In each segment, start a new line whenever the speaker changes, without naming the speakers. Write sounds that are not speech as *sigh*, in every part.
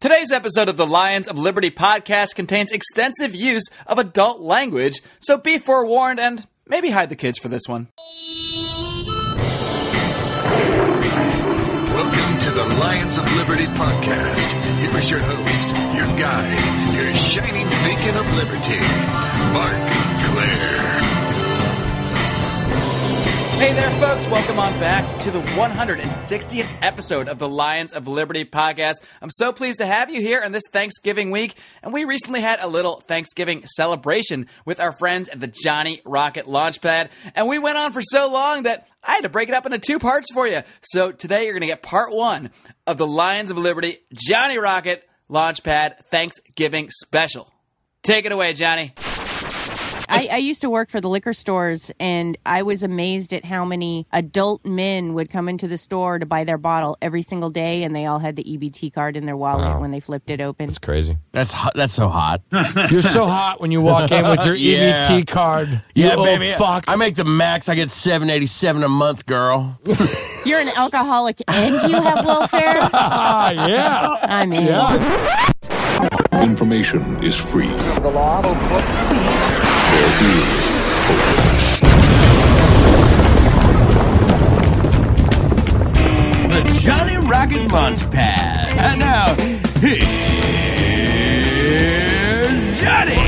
Today's episode of the Lions of Liberty podcast contains extensive use of adult language, so be forewarned and maybe hide the kids for this one.
Welcome to the Lions of Liberty podcast. Here is your host, your guide, your shining beacon of liberty, Mark Claire.
Hey there, folks. Welcome on back to the 160th episode of the Lions of Liberty podcast. I'm so pleased to have you here on this Thanksgiving week. And we recently had a little Thanksgiving celebration with our friends at the Johnny Rocket Launchpad. And we went on for so long that I had to break it up into two parts for you. So today you're going to get part one of the Lions of Liberty Johnny Rocket Launchpad Thanksgiving special. Take it away, Johnny.
I, I used to work for the liquor stores, and I was amazed at how many adult men would come into the store to buy their bottle every single day, and they all had the EBT card in their wallet when they flipped it open.
It's *laughs* crazy.
That's hot. That's so hot.
You're so hot when you walk in with your
Yeah.
EBT card. You old fuck.
I make the max. I get seven eighty seven a month, girl.
You're an alcoholic, and you have welfare.
ah, yeah.
I mean,
Information is free. The law.
The Johnny Rocket Munch Pad. And now here's Johnny.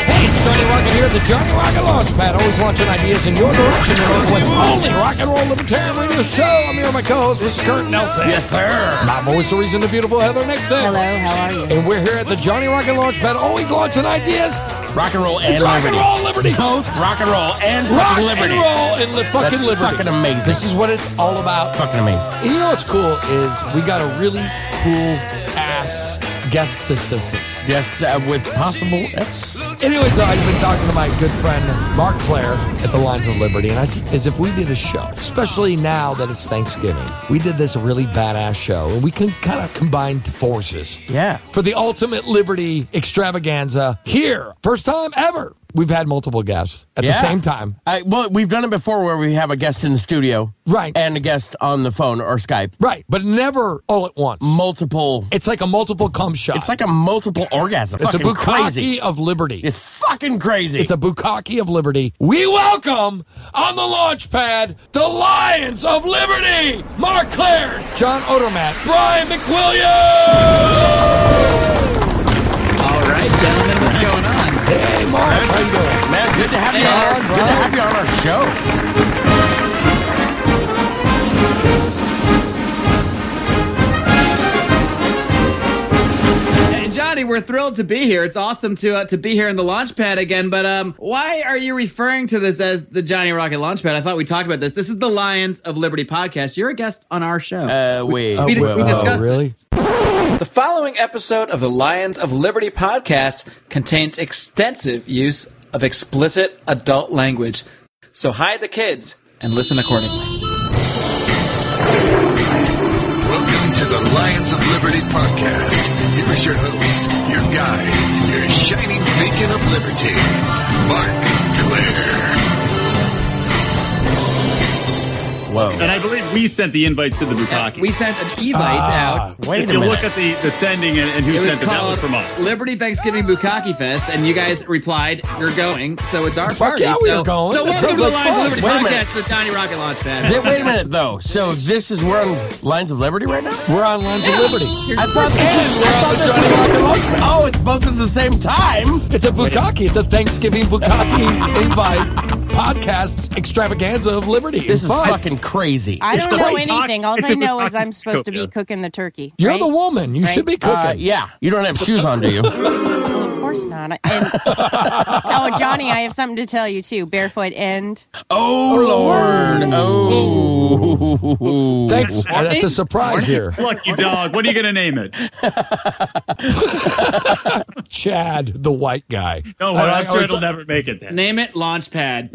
Hey, it's Johnny Rocket here at the Johnny Rocket Launchpad. Always launching ideas in your direction. The Northwest only rock and roll libertarian radio show. I'm here with my co-host, Mr. Kurt Nelson.
Yes, sir.
My voice, the reason, the beautiful Heather Nixon.
hello, how are you?
And we're here at the Johnny Rocket Launchpad. Always launching ideas.
Rock and roll
It's
and
rock and
liberty.
roll liberty.
Both rock and roll and
Rock
fucking liberty.
and roll and li- fucking
That's
liberty.
fucking amazing.
This is what it's all about.
Fucking amazing.
You know what's cool is we got a really cool ass guest to sisters.
Just uh, with possible. Yes.
Anyways, uh, I've been talking to my good friend Mark Claire at the Lines of Liberty, and I said, as if we did a show, especially now that it's Thanksgiving, we did this really badass show, and we can kind of combine forces
Yeah.
for the ultimate liberty extravaganza here, first time ever. We've had multiple guests at the
Yeah.
same time.
I, well, we've done it before where we have a guest in the studio,
Right.
and a guest on the phone or Skype.
Right, but never all at once.
Multiple.
It's like a multiple cum shot.
It's like a multiple orgasm.
it's a
fucking
bukkake
crazy.
of liberty.
It's fucking crazy.
It's a bukkake of liberty. We welcome on the launch pad the Lions of Liberty, Mark Claire, John Odermatt, Brian McWilliams.
All right, gentlemen, what's going on?
Hey, Mark, how you doing?
man. Good to have you
Hey,
on.
Ron,
Good to
Ron.
have you on our show.
Hey, Johnny, we're thrilled to be here. It's awesome to uh, to be here in the launch pad again. But um, why are you referring to this as the Johnny Rocket launch pad? I thought we talked about this. This is the Lions of Liberty podcast. You're a guest on our show.
Uh, wait.
we,
whoa.
we discussed
Oh, really?
this. The following episode of the Lions of Liberty podcast contains extensive use of explicit adult language. So hide the kids and listen accordingly.
Welcome to the Lions of Liberty podcast. Here is your host, your guide, your shining beacon of liberty, Mark Claire.
And
Whoa.
I believe we sent the invite to the Bukaki.
We sent an e-bite out.
Wait a
if you
minute.
look at the, the sending and, and who
It was
sent it, that
called
was from us.
Liberty Thanksgiving Bukaki Fest, and you guys replied, "You're going," so it's our
Fuck
party.
yeah, we
so,
are going.
So
That
welcome to
sounds
the
like
Lions of
fun.
Liberty
Wait a minute.
podcast, the Tiny Rocket Launch
Th-
Pad.
wait a minute, though. So this is we're on Lines of Liberty right now.
We're on Lines of Liberty.
I thought, I thought
the
this
Johnny Rocket Launch
was
Pad.
Oh, it's both at the same time.
It's a bukkake. It's a Thanksgiving bukkake invite podcast extravaganza of liberty. and
This is
fun.
fucking crazy.
I
It's
don't know
crazy.
anything. All
It's
I
a
know is
Bukaki
I'm supposed to be
cook,
cooking the turkey.
You're
right?
the woman. You
Right.
should be cooking.
Uh, yeah, you don't have shoes on, do you?
Of course not. I- And, *laughs* oh, Johnny, I have something to tell you too. Barefoot and
Oh Lord! Oh,
Thanks. That's a surprise here.
Lucky dog. What are you going to name it?
Chad, the white guy.
No,
I
I'm
like-
sure it'll never make it then.
Name it Launchpad.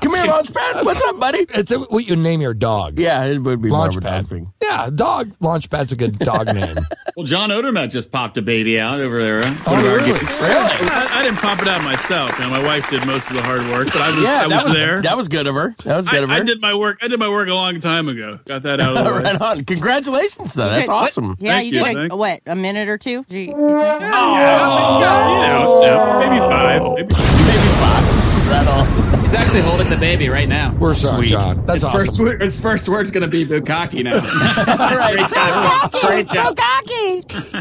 come here, Launchpad. What's up, buddy?
It's a, what you name your dog.
Yeah, it would be more of a dog
Launchpad.
thing.
*laughs*
Yeah, dog. Launchpad's a good dog name.
Well, John Odermatt just popped a baby out over there. One of our
really?
guests.
Really?
I, I didn't pop it out myself. Now my wife did most of the hard work, but I was
Yeah,
I
that
was, there.
That was good of her. That was good
I,
of her.
I did my work. I did my work a long time ago. Got that out of the way.
right on. Congratulations, though. That's
Good.
awesome.
Yeah,
Thank
you did
you.
a what? A minute or two? Did you-
You know, maybe five. Maybe five.
Maybe five. *laughs* Right on.
He's actually holding the baby right now.
We're sorry,
Sweet.
John.
His
That's awesome.
first, word, his first word's going to be bukkake now.
All right.
Great job.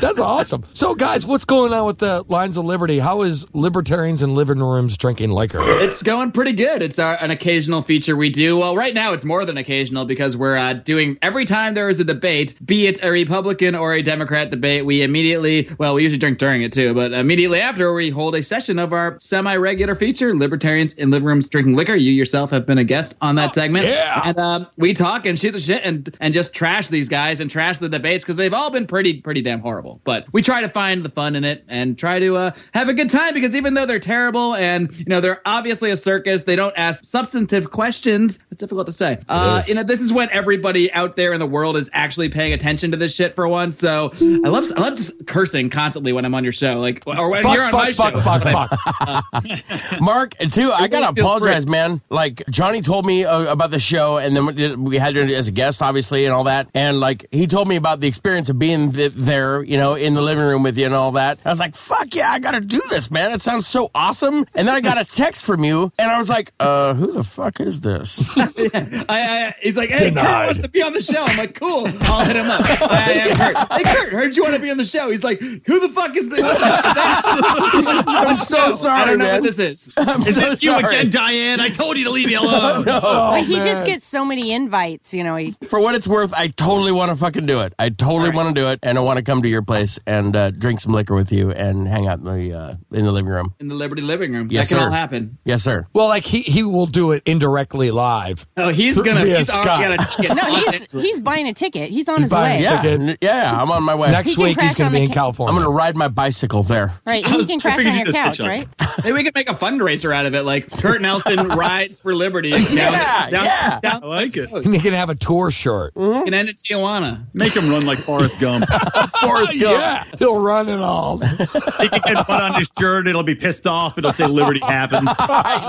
That's awesome. So, guys, what's going on with the Lines of Liberty? How is libertarians in living rooms drinking liquor?
It's going pretty good. It's our, an occasional feature we do. Well, right now it's more than occasional because we're uh, doing every time there is a debate, be it a Republican or a Democrat debate, we immediately, well, we usually drink during it too, but immediately after we hold a session of our semi regular feature, Libertarians in Living Rooms Drinking Liquor. You yourself have been a guest on that segment.
Oh, yeah.
And um, we talk and shoot the shit and, and just trash these guys and trash the debates because they've all been pretty, pretty damn horrible. But we try to find the fun in it and try to uh, have a good time because even though they're terrible and, you know, they're obviously a circus, they don't ask substantive questions. It's difficult to say. Uh,
is.
you know, this is when everybody out there in the world is actually paying attention to this shit for once. So I love, I love just cursing constantly when I'm on your show, like, or when
Fuck,
you're on my
fuck, fuck,
show.
fuck, fuck,
*laughs*
Mark, too, I gotta
really feels
apologize, man. Like Johnny told me uh, about the show, and then we had you as a guest, obviously, and all that. And like he told me about the experience of being th- there, you know, in the living room with you and all that. I was like, "Fuck yeah, I gotta do this, man! It sounds so awesome." And then I got a text from you, and I was like, "Uh, who the fuck
*laughs*
is this?"
I, I, he's like, hey,
Denied.
Kurt wants to be on the show. I'm like, cool. I'll hit him up.
*laughs*
I am Kurt. Hey, Kurt, heard you want to be on the show. He's like, who the fuck is this? *laughs* I'm
so sorry,
I don't know
man.
what this is.
Is this you
sorry. Oh,
again, Diane? I told you to leave me alone.
Like, he just gets so many invites, you know. He,
For what it's worth, I totally want to fucking do it. I totally want to do it, and I want to come to your place and uh, drink some liquor with you and hang out in the uh, in the living room.
In the Liberty living room.
Yes,
that can
sir.
all happen.
Yes, sir.
Well, like he he will do it indirectly live.
Oh, he's going to.
Via
He's already got a ticket.
no, he's he's buying a ticket. He's on his
buying
way.
a
Yeah,
Ticket.
n- yeah. I'm on my
*laughs*
way.
Next
can
week he's
crash
going
on
to be
the
in
ca-
I'm
California.
gonna ride my bicycle there.
Right, and he can crash
thinking
on
you
your
just
couch,
said
right?
Maybe we could make a fundraiser out of it, like Kurt Nelson rides for liberty. Down, yeah, down,
*laughs*
yeah.
down,
I like it.
and he can have a
*laughs*
tour shirt.
and end in Tijuana.
Make him run like Forrest Gump.
Forrest Gump. Yeah, he'll run
*laughs*
it all.
he can get butt on his shirt. It'll be pissed off. It'll say "Liberty happens,"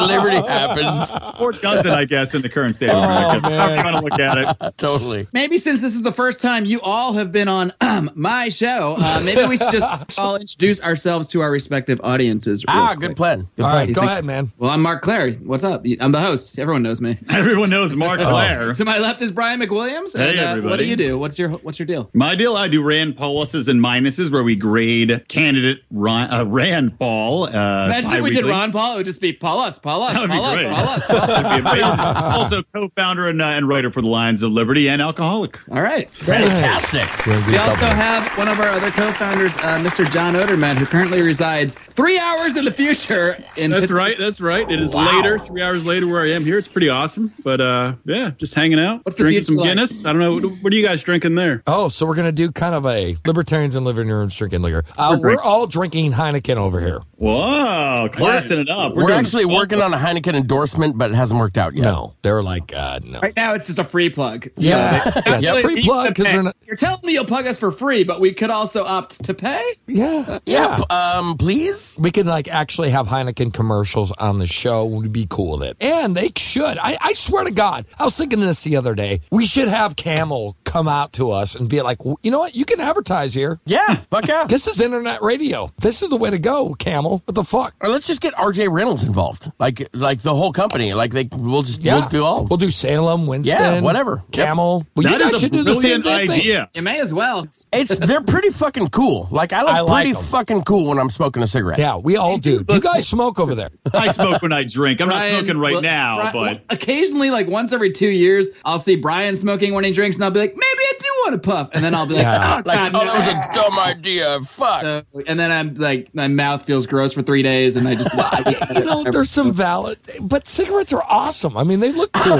Liberty happens.
or doesn't, I guess, in the current state of
Oh,
America.
man.
I'm trying to look at it.
Totally.
Maybe since this is the first time you all have been on um, my show, uh, maybe we should
*laughs*
just all introduce ourselves to our respective audiences. real
Ah,
quick.
good plan. Good
All
plan.
right, go ahead, man.
Well, I'm Mark Clary. What's up? I'm the host. Everyone knows me. *laughs*
Everyone knows Mark
Oh.
Blair.
To my left is Brian McWilliams.
Hey,
and, uh, What do
everybody.
you do? What's your What's your deal?
My deal, I do Rand Pauluses and minuses, where we grade candidate Ron, uh, Rand Paul. Uh,
Imagine if we did
bi-weekly. *laughs*
Ron Paul. It would just be Paul us, Paul us,
That would be
Paul us,
great.
Paul us, Paul
*laughs*
us.
That'd be amazing. also co-founder and, uh, and writer for the Lions of Liberty and alcoholic.
All right.
Fantastic.
We're in good
We also
company.
have one of our other co-founders, uh, Mr. John Odermatt, who currently resides three hours in the future in
That's
Pittsburgh.
right. That's right. It is later, three hours later, where I am here. It's pretty awesome. But uh, yeah, just hanging out,
What's the
drinking
future
some
like?
Guinness. I don't know. What, what are you guys drinking there?
Oh, so we're gonna do kind of a libertarians in living rooms drinking liquor. Uh, we're, all drinking Heineken over here.
Whoa, classing it up.
We're,
doing-
actually working on a Heineken endorsement, but it hasn't worked out yet.
No, they're like uh, no.
Right now, it's just a free plug.
*laughs* Yeah, yeah,
Yep.
it's free plug because they're not.
You're telling me you'll plug us for free, but we could also opt to pay.
Yeah,
Yeah. p- Um. Please.
We can like actually have Heineken commercials on the show. We'd be cool with it. And they should. I, I swear to God, I was thinking this the other day. We should have Camel come out to us and be like, "W- you know what? You can advertise here.
Yeah.
*laughs*
Fuck yeah.
This is internet radio. This is the way to go, Camel. What the fuck?
Or let's just get RJ Reynolds involved, like like the whole company. Like they, we'll just
Yeah.
we'll do all.
We'll do Salem, Winston.
Yeah, whatever. Yep.
Camel. Well, you
that
guys
is a
should do the same
brilliant
damn thing.
idea.
You may as well. It's-
*laughs*
it's they're pretty fucking cool. Like I look
I like
pretty
'em.
fucking cool when I'm smoking a cigarette.
Yeah, we all do. Do you guys smoke over
*laughs*
there?
I smoke when I drink. I'm
Brian-
not smoking right
well,
now,
Bri- well,
but
occasionally, like once every two years, I'll see Brian smoking when he drinks, and I'll be like, maybe I do want to puff, and then I'll be like,
Yeah.
oh
Like
god,
oh,
no.
that was a dumb idea. Fuck.
So- and then I'm like, my mouth feels gross for three days, and I
*laughs*
just *laughs*
you know, there's some valid, but cigarettes are awesome. I mean, they look
*laughs*
cool.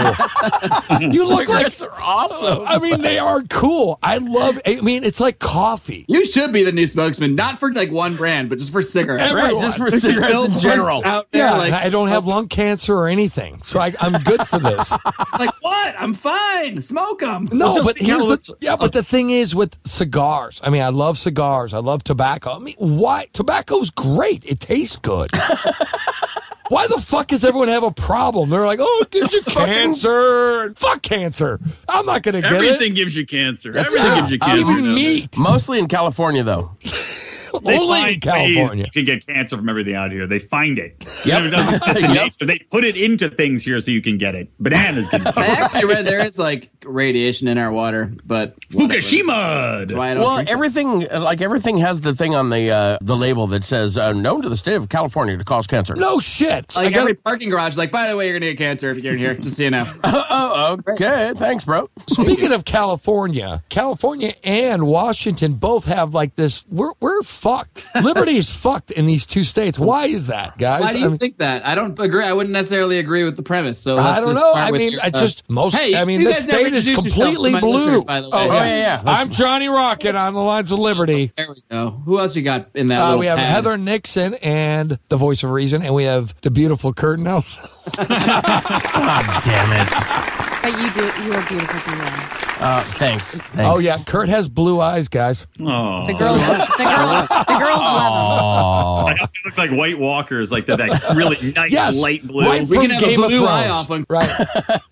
you look like
Cigarettes are awesome.
I mean, they are cool. I love. I mean, it's like coffee.
You should be the new spokesman, not for like one brand, but just for cigarettes.
Right, just for cigarettes in
Billboards
general.
Out there,
Yeah,
like,
and I don't have lung cancer or anything,
*laughs*
so I, I'm good for this.
It's like what? I'm fine. Smoke them.
Oh,
No, but here's the yeah, But the thing is with cigars, I mean, I love cigars. I love tobacco. I mean, why? Tobacco's great. It tastes good. *laughs* Why the fuck does everyone have a problem? They're like, oh, it gives you cancer. Fuck cancer. I'm not going to get
Everything
it.
gives you cancer.
That's-
Everything
yeah,
gives you
I
cancer.
you
Even
now.
meat.
Mostly in California, though.
They
Only in
find ways
California.
You can get cancer from everything out here. They find it.
Yep.
It doesn't exist in
Yep.
nature. They put it into things here so you can get it. Bananas
*laughs*
can
I actually read there is like radiation in our water, but whatever.
Fukushima.
That's why I don't
Well,
drink it.
everything like everything has the thing on the uh, the label that says uh, known to the state of California to cause cancer.
No shit.
like
I got
every parking garage, like by the way, you're gonna get cancer if you're in here. Just so
*laughs*
you know.
uh,
Oh, okay. Thanks, bro.
Speaking of California, California and Washington both have like this. We're, we're fucked. Liberty is fucked in these two states. Why is that, guys?
Why do you
I mean,
think that? I don't agree. I wouldn't necessarily agree with the premise. So let's
I don't
just
know.
start
I
with
mean,
your,
I
uh,
just most.
Hey,
I mean,
you
this
guys never
state is
introduced yourselves to
completely
my
blue.
listeners, by the way.
Oh,
Yeah.
yeah, yeah.
I'm Johnny Rocket on the lines of liberty.
There we go. Who else you got in that?
Uh,
little
we have
pad?
Heather Nixon and the voice of reason, and we have the beautiful Kurt Nelson.
Damn it.
But you do. You are beautiful. Dion.
Uh, thanks. Thanks.
Oh yeah, Kurt has blue eyes, guys.
Oh,
The girls.
*laughs*
the girls. The girls love him.
Oh.
looks like White Walkers, like the, that really nice
Yes,
light blue.
Right
We
from
can have a
Game of
blue eye
Thrones.
off one. *laughs*
Right.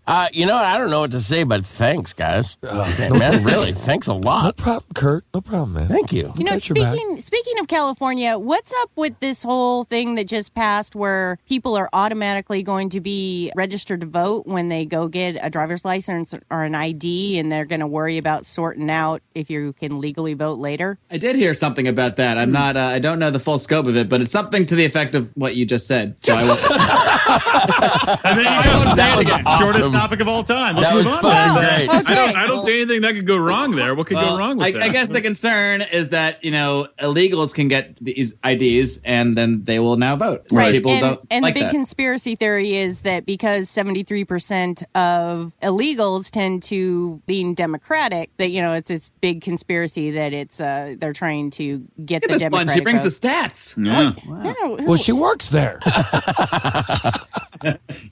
Uh, you know what? I don't know what to say, but thanks, guys. Man, really, thanks a
No
lot.
problem, Kurt. No problem, man.
Thank you.
You
You know,
got your back.
speaking speaking of California, what's up with this whole thing that just passed, where people are automatically going to be registered to vote when they go get a driver's license or an ID, and they're going to worry about sorting out if you can legally vote later?
I did hear something about that.
Hmm.
I'm not. Uh, I don't know the full scope of it, but it's something to the effect of what you just said. So
*laughs*
I won't.
And then you don't say it
was
again.
awesome.
Shortest topic of all time. Let's
That was
move on.
fucking great.
I don't, I don't see anything that could go wrong there. What could go wrong with
I,
that?
I guess the concern is that you know illegals can get these IDs and then they will now vote. So
Right.
People
and,
don't
and
like
the big
that.
conspiracy theory is that because 73% of illegals tend to lean democratic that you know it's this big conspiracy that it's uh they're trying to get
Look
the
at this one.
democratic
She brings the
vote.
stats.
Yeah.
No, who-
Well, she works there.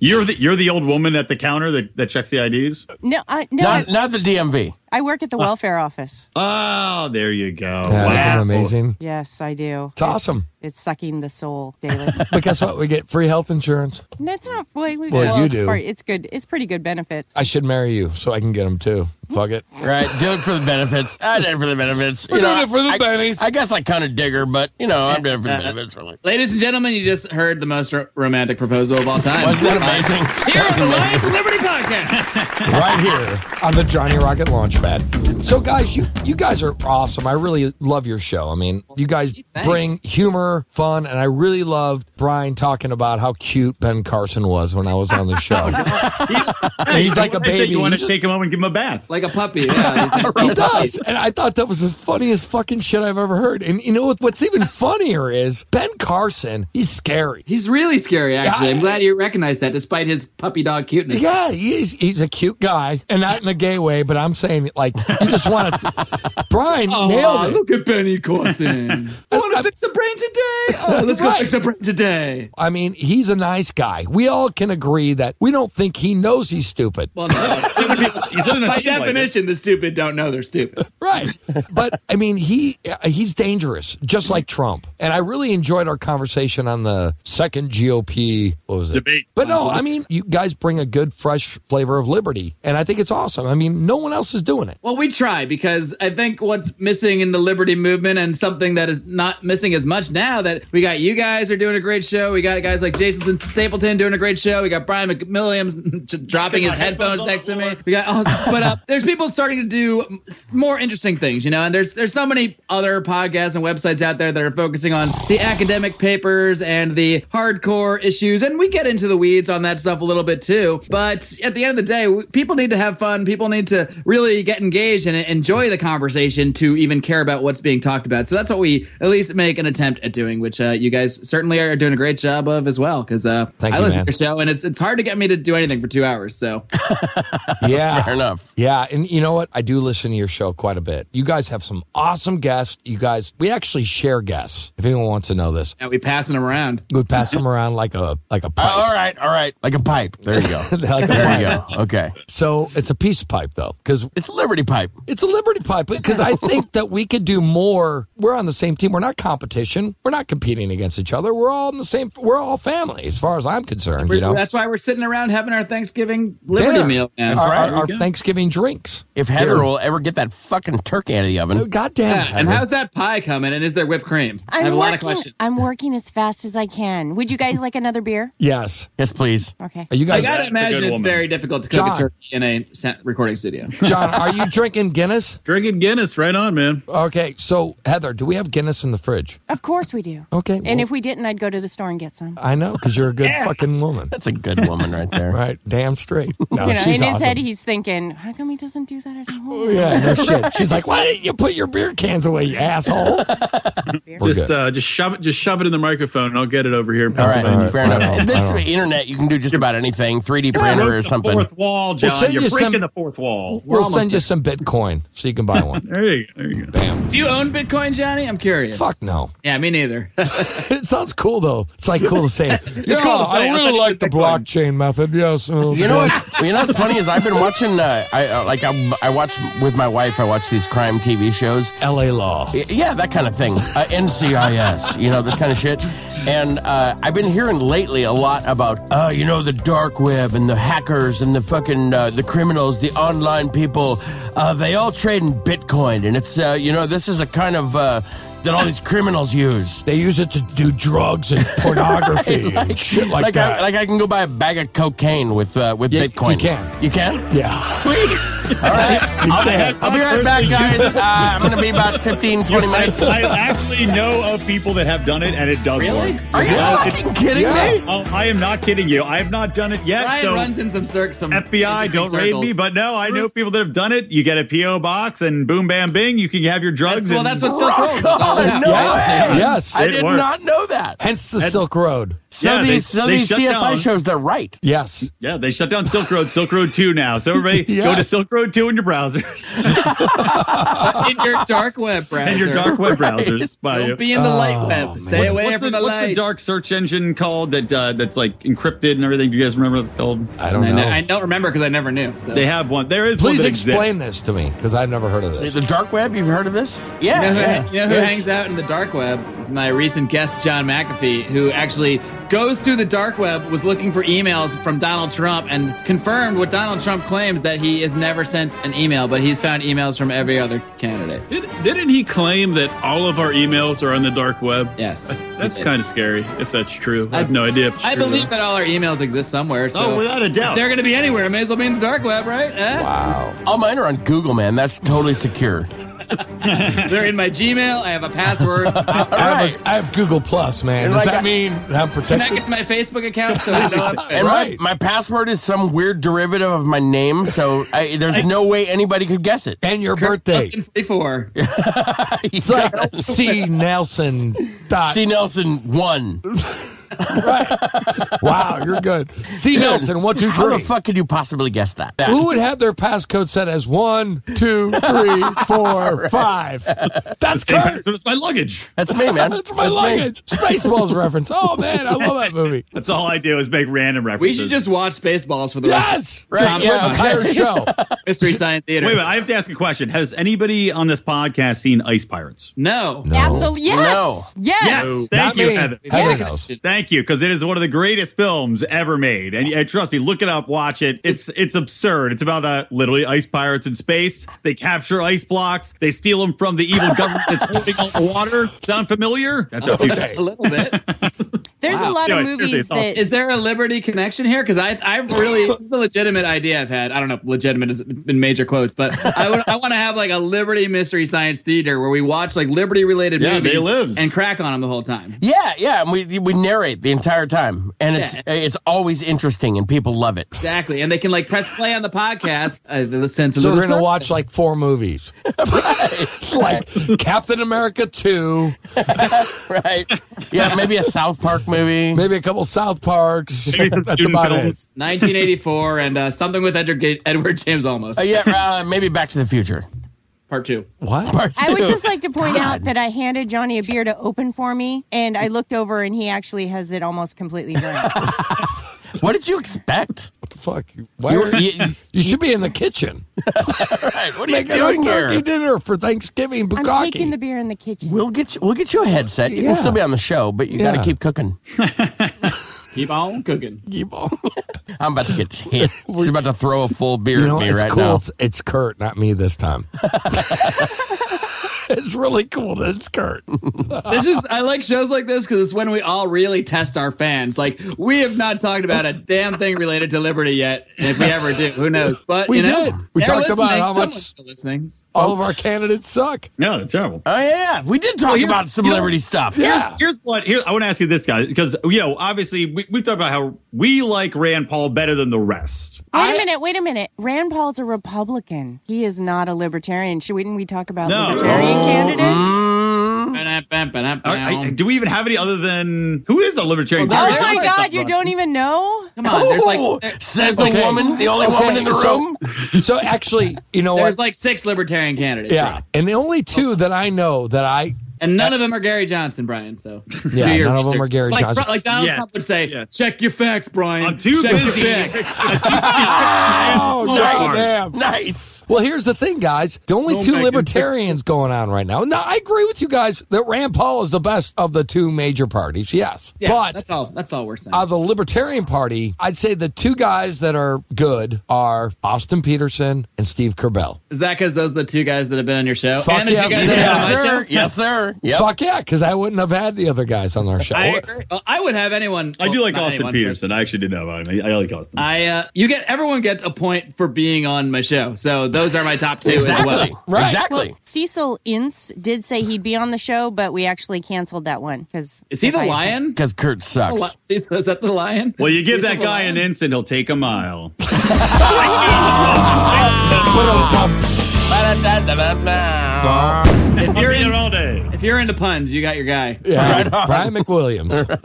You're the you're the old woman at the counter that, that checks the IDs.
no, I, no
Not,
I,
not the DMV.
I work at the
Uh,
welfare office
Oh, there you go.
That's
Wow.
amazing.
yes i do
It's awesome.
it's sucking the soul
*laughs*
daily
But guess what? We get free health insurance.
that's not well, we,
Well, you
it's,
do.
part- it's good it's pretty good benefits
I should marry you so I can get them too. Fuck it.
Right, do it for the benefits. I did it for the benefits.
We're doing it for the
I,
bennies.
I guess I kind of dig her, but you know, I'm doing it for the
*laughs*
benefits. Really.
Ladies and gentlemen, you just heard the most ro- romantic proposal of all time. *laughs*
Wasn't that amazing?
Here on the Lions of Liberty podcast.
right here *laughs* on the Johnny Rocket Launchpad. So, guys, you you guys are awesome. I really love your show. I mean, you guys
Gee, thanks.
bring humor, fun, and I really loved Brian talking about how cute Ben Carson was when I was on
*laughs*
the show. *laughs* He's like a
They say
baby.
You want
He
to take him home and give him a bath.
Like a puppy. Yeah, *laughs* he's like-
He does. And I thought that was the funniest fucking shit I've ever heard. And you know what, what's even funnier is Ben Carson, he's scary.
He's really scary, actually. I'm glad you recognized that, despite his puppy dog cuteness.
Yeah, he's he's a cute guy, and not in a gay way, but I'm saying like you just
*laughs*
want to. Brian
Aw,
nailed it.
look at Benny *laughs* Corson. I want to fix a brain today. Oh, let's go
Right.
fix a brain today.
I mean, he's a nice guy. We all can agree that we don't think he knows he's stupid.
Well, *laughs* no.
He's in an
By
isolated-
definition, the stupid don't know they're stupid.
Right. *laughs* But I mean, he uh, he's dangerous, just like Trump. And I really enjoyed our conversation on the second GOP what was it?
Debate.
But no, I mean, you guys bring a good fresh flavor of liberty, and I think it's awesome. I mean, no one else is doing it.
Well, we try because I think what's missing in the liberty movement and something that is not missing as much now that we got you guys are doing a great show. We got guys like Jason Stapleton doing a great show. We got Brian McWilliams *laughs* j- dropping his
my headphones
headphones
on
next
the
to me.
floor.
We got, oh, but uh, there's people starting to do um, s- more interesting things, you know. And there's there's so many other podcasts and websites out there that are focusing on the academic papers and the hardcore issues, and we get into the weeds on that stuff a little bit too. But at the end of the day, w- people need to have fun. People need to really get engaged and enjoy the conversation to even care about what's being talked about. So that's what we at least make an attempt at doing, which uh, you guys certainly are doing a great job of as well. Because uh,
Thank
I
you,
listen
man.
to your show, and it's it's hard to get me to do anything for two hours. So
Yeah.
Fair enough.
Yeah, and you know what? I do listen to your show quite a bit. You guys have some awesome guests. You guys, we actually share guests. If anyone wants to know this,
now we passing them around.
we pass them around like a like a
Uh, all
pipe.
right, all right. *laughs* Like a pipe.
*laughs*
There you go.
Like a
there you
pipe.
go. Okay.
So it's a peace pipe though, because
It's a Liberty pipe.
it's a liberty pipe. Because I think that we could do more. We're on the same team. We're not competition. We're not competing against each other. We're all in the same. We're all family, as far as I'm concerned. You know,
That's why we're sitting around having our Thanksgiving Liberty
Dinner.
meal. Now.
our,
right.
our- our
Yeah.
Thanksgiving drinks.
If Heather will ever get that fucking turkey out of the oven.
God damn it!
Yeah, and
Heather.
how's that pie coming? And is there whipped cream? I have a lot of questions.
I'm working as fast as I can. Would you guys like another beer?
yes,
Yes, please.
Okay.
Are you
I
guys,
gotta
That's a good
imagine it's
woman.
very difficult to cook
John.
a turkey in a sa- recording studio.
*laughs* John, are
*laughs*
you drinking Guinness?
Drinking Guinness, right on, man.
Okay, so Heather, do we have Guinness in the fridge?
Of course we do.
Okay,
And
well-
if we didn't, I'd go to the store and get some.
I know because you're a
*laughs*
good fucking woman,
That's a good woman right there.
*laughs* right? Damn straight.
*laughs*
No,
you know, in
Oh, she's
his
awesome.
head, he's thinking, how come he doesn't do that at home?
yeah, no shit. She's like, why didn't you put your beer cans away, you asshole? We're
Just
good.
uh, just shove it, just shove it in the microphone, and I'll get it over here in
All right,
Pennsylvania.
fair
I
enough.
don't-
In
I
This
don't-
internet, you can do just about anything. 3D
Broke
printer or
the
something.
Fourth wall, John.
We'll send
You're
you
breaking
some-
the fourth wall.
we'll
almost
send you some Bitcoin so you can buy
*laughs*
one.
There you go. There you go.
Bam.
Do you own Bitcoin, Johnny? I'm curious.
Fuck no.
Yeah, me neither.
It sounds cool though. It's like cool to say. It's
cool to
I
say. I
really
thought you
like
said
the
Bitcoin.
blockchain method. Yes. uh,
You know
*laughs*
what? You know what's funny is I've been watching. Uh, I uh, like I, I watch with my wife. I watch these crime TV shows.
L.A. law.
Y- Yeah, that kind of thing. Uh, NCIS, you know, this kind of shit. And uh, I've been hearing lately a lot about, uh, you know, the dark web and the hackers and the fucking uh, the criminals, the online people. Uh, they all trade in Bitcoin, and it's uh, you know, this is a kind of uh, that all these criminals use.
They use it to do drugs and pornography and shit like, that.
I, like I can go buy a bag of cocaine with uh, with
Yeah, you
Bitcoin.
can.
You can.
yeah.
Sweet. All right. I'll, be- I'll be right
*laughs*
back,
*laughs*
guys. Uh, I'm going to be about 15, 20
I,
minutes.
I actually know of people that have done it, and it does work.
Are you
Yeah, it-
fucking kidding me?
Oh, I am not kidding you. I have not done it yet.
Ryan
so
runs in some cir- some
FBI,
interesting
don't raid
circles.
me. But no, I know people that have done it. You get a PO box, and boom, bam, bing, you can have your drugs.
That's- well,
and-
that's what
*laughs*
Silk Road was all
God,
about.
no
right?
way.
Yes.
I
It
did
works.
not know that.
Hence the Silk Road.
So
Yeah, they-
these, so
they
these
shut
CSI
down.
shows, they're right.
Yes.
Yeah, they shut down Silk Road, Silk Road 2 now. So
*laughs*
everybody go to
Yes.
Silk Road 2 in your browsers *laughs*
in your dark web browser.
and your dark web browsers. By
*laughs* Don't
you.
be in the
Oh,
light web. Stay away
what's,
from
the,
the,
what's the
light.
dark search engine called that uh, that's like encrypted and everything? Do you guys remember what it's called?
I don't
I,
know.
know- I don't remember because I never knew. So.
They have one. There is one
Please
that
explain this
exists.
to me because I've never heard of this.
The dark web, you've heard of this? Yeah.
You know who,
yeah.
you know who
Yes.
hangs out in the dark web is my recent guest, John McAfee, who actually goes through the dark web, was looking for emails from Donald Trump, and confirmed what Donald Trump claims that he has never sent an email, but he's found emails from every other candidate.
Did, didn't he claim that all of our emails are on the dark web?
Yes.
That's kind of scary if that's true. I have
I-
no idea if it's
I
true,
believe
though.
that all our emails exist somewhere. So
Oh, without a doubt.
If they're going to be anywhere. It may as well be in the dark web, right? Eh?
Wow.
All mine are on Google, man. That's totally secure.
*laughs* They're in my Gmail. I have a *laughs* password. I
I, have a, I have Google Plus, man.
And
Does
like
that
I-
mean I'm
connect it
protected?
to my Facebook account so I know. *laughs* if-
And
Right.
my, my password is some weird derivative of my name, so I, there's no way anybody could guess it.
And your birthday.
Justin 44.
*laughs*
*laughs*
It's like *laughs* C Nelson. Dot.
C. Nelson one.
wow, you're good. C Nelson. One, two,
How the
three.
fuck could you possibly guess that?
Who would have their passcode set as one, two, three, four, five? That's
Same
Kurt.
password as my luggage.
That's me,
*laughs*
man.
That's my
me.
luggage. Spaceballs reference. Oh man, I love that movie.
That's all I do is make random
We
references.
should just watch Spaceballs for the rest
Yes,
of Tom
right.
yeah.
Entire show.
Mystery Science Theater.
Wait, wait, I have to ask a question. Has anybody on this podcast seen Ice Pirates?
No.
Absolutely. Yes. Yes.
Yes.
Thank
Not
you,
me.
Heather.
Heather
Yes.
knows.
Thank you, because it is one of the greatest films ever made. And, and trust me, look it up, watch it. It's it's absurd. It's about uh, literally ice pirates in space. They capture ice blocks. They steal them from the evil government that's holding all the water. Sound familiar? That's a few.
A little bit.
There's there's a lot
Anyway,
of movies
seriously, it's
that
Is there a Liberty connection here? Because I, I've really this is a legitimate idea I've had. I don't know, if legitimate is in major quotes, but I would, I want to have like a Liberty Mystery Science Theater where we watch like Liberty related
Yeah,
movies
they lives.
and crack on them the whole time.
Yeah, yeah, and we we narrate the entire time, and it's
Yeah.
it's always interesting, and people love it. *laughs*
Exactly, and they can like press play on the podcast. Uh, the sense of
So
the
we're gonna watch like four movies, *laughs* like Captain America two,
right? Yeah, maybe a South Park movie.
maybe a couple South Parks.
Maybe some
*laughs* That's
student
about
films.
1984 and uh, something with Edgar, Edward James almost
Uh, yeah, uh, maybe Back to the Future.
part two.
it. What?
I
*laughs*
would
Two.
just like to point out that I handed Johnny a beer to open for me, and I looked over, and he actually has it almost completely drank.
What did you expect?
the fuck? Why are, you, you should be in the
*laughs*
kitchen
Right, what are
making a turkey dinner for Thanksgiving.
I'm
Bukkake.
taking the beer in the kitchen.
We'll get you. We'll get you a headset. You can
Yeah.
still be on the show, but you got
Yeah.
to keep cooking.
Keep on cooking.
you
*laughs*
know,
I'm about to *laughs* get hit. She's about to throw a full beer at me
it's
right
cool.
now.
It's, it's Kurt, not me this
*laughs*
time. *laughs* it's really cool that it's Kurt.
This is I like shows like this because it's when we all really test our fans. Like we have not talked about a damn thing related to Liberty yet, and if we ever do, who knows? But
We
you know,
did. We
they're
talked about
listening.
how much-
Someone's still listening.
All of our candidates suck.
No, it's terrible.
Oh yeah, yeah, we did talk
here's-
about some
you know-
celebrity stuff.
Yeah.
Here's what here I want to ask you this guy because you know obviously we we talked about how we like Rand Paul better than the rest.
Wait a minute, wait a minute. Rand Paul's a Republican. He is not a libertarian. Shouldn't we talk about
No.
libertarian candidates?
Oh.
All right, I- do we even have any other than who is a libertarian?
Well,
Oh
there's
my
always
God,
something.
you don't even know?
Come on, there's
Ooh,
like there-
says the
Okay.
woman, the only
Okay,
woman in the
so-
room.
So actually, you know
there's
what?
like six libertarian candidates.
yeah,
Rob.
and the only two that I know that I
and none of them are Gary Johnson, Brian. So
Yeah,
do your
none of them
research.
are Gary
like,
Johnson.
Tru- Like Donald
Yes.
Trump would say,
Yes.
"Check your facts, Brian.
I'm too
Check your
busy.
facts."
oh,
sorry.
damn.
Nice.
Well, here's the thing, guys. The only
Go
two
back and
libertarians going on right now. Now, I agree with you guys that Rand Paul is the best of the two major parties. Yes,
Yeah,
but
that's all. That's all we're saying.
of the Libertarian Party, I'd say the two guys that are good are Austin Peterson and Steve Kerbell.
Is that because those are the two guys that have been on your show?
Fuck
Oh, and the
yeah,
two guys
yeah.
that
Yes,
have been on
sir.
my show?
Yes, sir.
*laughs*
Yep.
Fuck yeah, because I wouldn't have had the other guys on our show.
I, agree. Well, I would have anyone.
I do
well,
like
not
Austin
anyone, but
Peterson. I actually do know about him. I, I like Austin.
I uh, you get everyone gets a point for being on my show, so those are my top two as
Exactly.
well.
Right.
Exactly.
Cecil Ince did say he'd be on the show, but we actually canceled that one because
Is he the lion?
Because Kurt sucks.
Li- *laughs* Is that the lion?
well, you give
Cecil
that guy
Lion?
an instant, he'll take
*laughs*
a mile.
Ba-da-da-da-da-da.
If you're,
Be here
in,
all day.
if you're into puns, you got your guy.
*laughs* Yeah, Brian
*laughs*
McWilliams.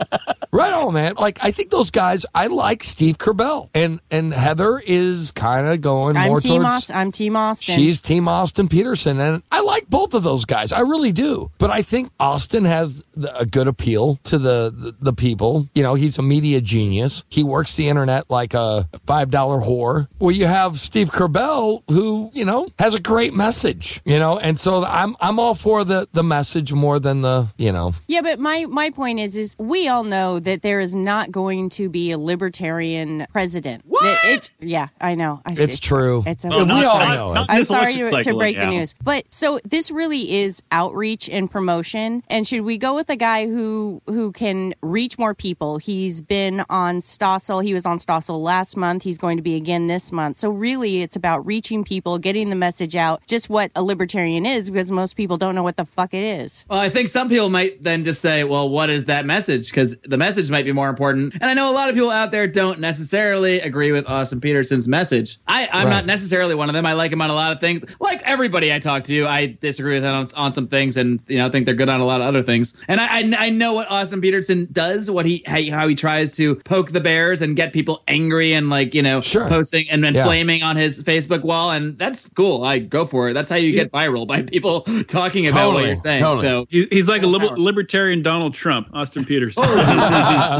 right on, man. Like I think those guys. I like Steve Kerbell, and and Heather is kind of going
I'm
more
Team
towards.
Austin. I'm Team Austin.
She's Team Austin Peterson, and I like both of those guys. I really do. But I think Austin has the, a good appeal to the, the the people. You know, he's a media genius. He works the internet like a five dollar whore. Well, you have Steve Kerbell, who you know has a great message. You know, and so I'm I'm all for the the message more than the you know.
Yeah, but my my point is is we all know that there is not going to be a libertarian president. What? yeah, I know. I
It's true.
It's a
Oh,
We all
not-
know it.
not
I'm
this
sorry
election
to, to
cycle,
break
yeah.
the news. But so this really is outreach and promotion. And should we go with a guy who who can reach more people? He's been on Stossel. He was on Stossel last month. He's going to be again this month. So really it's about reaching people, getting the message out, just what a libertarian is, because most people don't know what the fuck it is.
Well, I think some people might then just say, well, what is that message? Because the message might be more important. And I know a lot of people out there don't necessarily agree with Austin Peterson's message. I, I'm
Right.
not necessarily one of them. I like him on a lot of things. Like everybody I talk to, I disagree with him on, on some things and, you know, think they're good on a lot of other things. And I, I, I know what Austin Peterson does, what he, how he- how he tries to poke the bears and get people angry and like, you know,
Sure.
posting and, and
Yeah.
flaming on his Facebook wall. And that's cool. I go for it. That's how you get viral by people talking about what
Totally,
you're saying.
totally.
So
He- He's like a liber-
Howard.
libertarian Donald Trump, Austin Peterson.
Oh,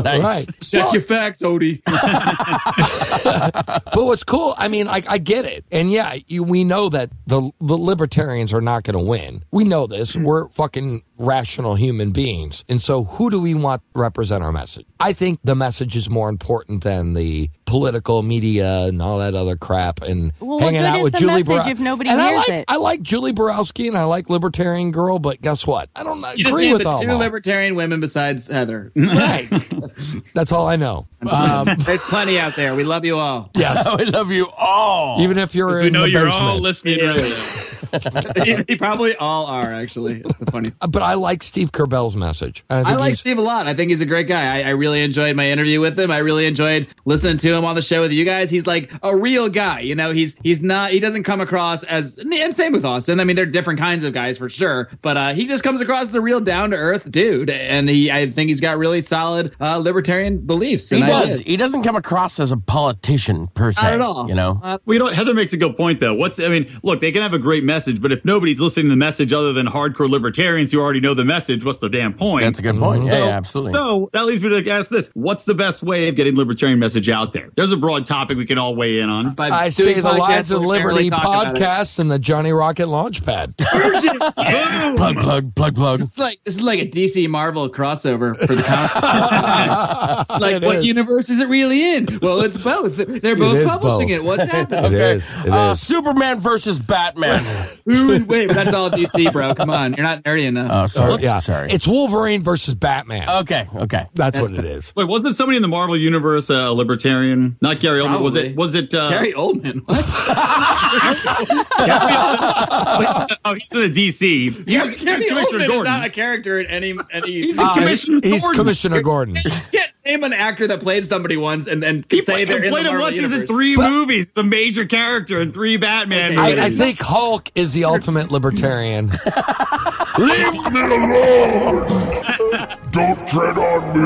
Nice.
Right.
Check your facts, Odie.
But what's cool, I mean, I, I get it, and yeah, you, we know that the the libertarians are not going to win. We know this.
Hmm.
We're fucking rational human beings, and so who do we want to represent our message? I think the message is more important than the political media and all that other crap and
Well, what
hanging
good
out
is
with
the
Julie
message
Borow-
if nobody
and I
hears
like,
it?
I like Julie Borowski and I like Libertarian Girl, but guess what? I don't
You just
agree
named
with
the
all
two
of them.
libertarian women besides Heather.
Right.
*laughs*
That's all I know. Um,
There's plenty out there. We love you all. *laughs*
yes.
I love you all.
Even if you're
We
in
know
the
you're
basement.
all listening right now.
you you probably all are actually. It's the funny.
Uh, but I like Steve Kerbell's message. And
I
think
like
he's-
Steve a lot. I think he's a great guy. I, I really enjoyed my interview with him. I really enjoyed listening to him on the show with you guys. He's like a real guy. You know, he's he's not he doesn't come across as and same with Austin. I mean, they're different kinds of guys for sure, but uh, he just comes across as a real down to earth dude. And he I think he's got really solid uh, libertarian beliefs.
he
and
does.
ideas.
He doesn't come across as a politician per se.
Not at all.
You know.
Uh,
Well, you know, Heather makes a good point, though. What's, I mean, look, they can have a great message, but if nobody's listening to the message other than hardcore libertarians who already know the message, what's the damn point?
That's a good point. Yeah, yeah, absolutely.
So that leads me to ask this: What's the best way of getting libertarian message out there? There's a broad topic we can all weigh in on.
by
I
doing
see the
podcasts,
Lions of
we barely
Liberty
talk about it.
podcast and the Johnny Rocket Launchpad.
plug, plug, plug, plug.
This is like this is like a DC Marvel crossover
*laughs*
for the comic. book. it's like
It
what
is.
universe is it really in? Well, it's both. They're both
is
publishing
both.
it. What's
*laughs*
happening?
It is. It
Uh,
is.
Superman versus Batman.
Ooh, wait, but that's all DC, bro. Come on, you're not nerdy enough.
oh, sorry.
yeah.
Sorry. Oh,
It's Wolverine versus Batman.
okay. Okay.
that's, what it is.
Wait, wasn't somebody in the Marvel universe uh, a libertarian? Not Gary Oldman. Was
Probably.
it? Was it? Uh,
Gary Oldman. What?
*laughs* oh, he's in the DC. He was, he was
Gary
Commissioner
Oldman is
Gordon.
not a character in any *laughs*
*laughs*
any.
He's a
Uh,
Commissioner
He's
Gordon.
Commissioner Gordon.
you can't name an actor that played somebody once and and
He
say
played,
they're
he
in
played
the
him
Marvel
once. He's in
universe.
three movies. The major character in three Batman.
Okay.
movies.
I, I think Hulk is the ultimate libertarian.
Leave me alone! Don't tread on me!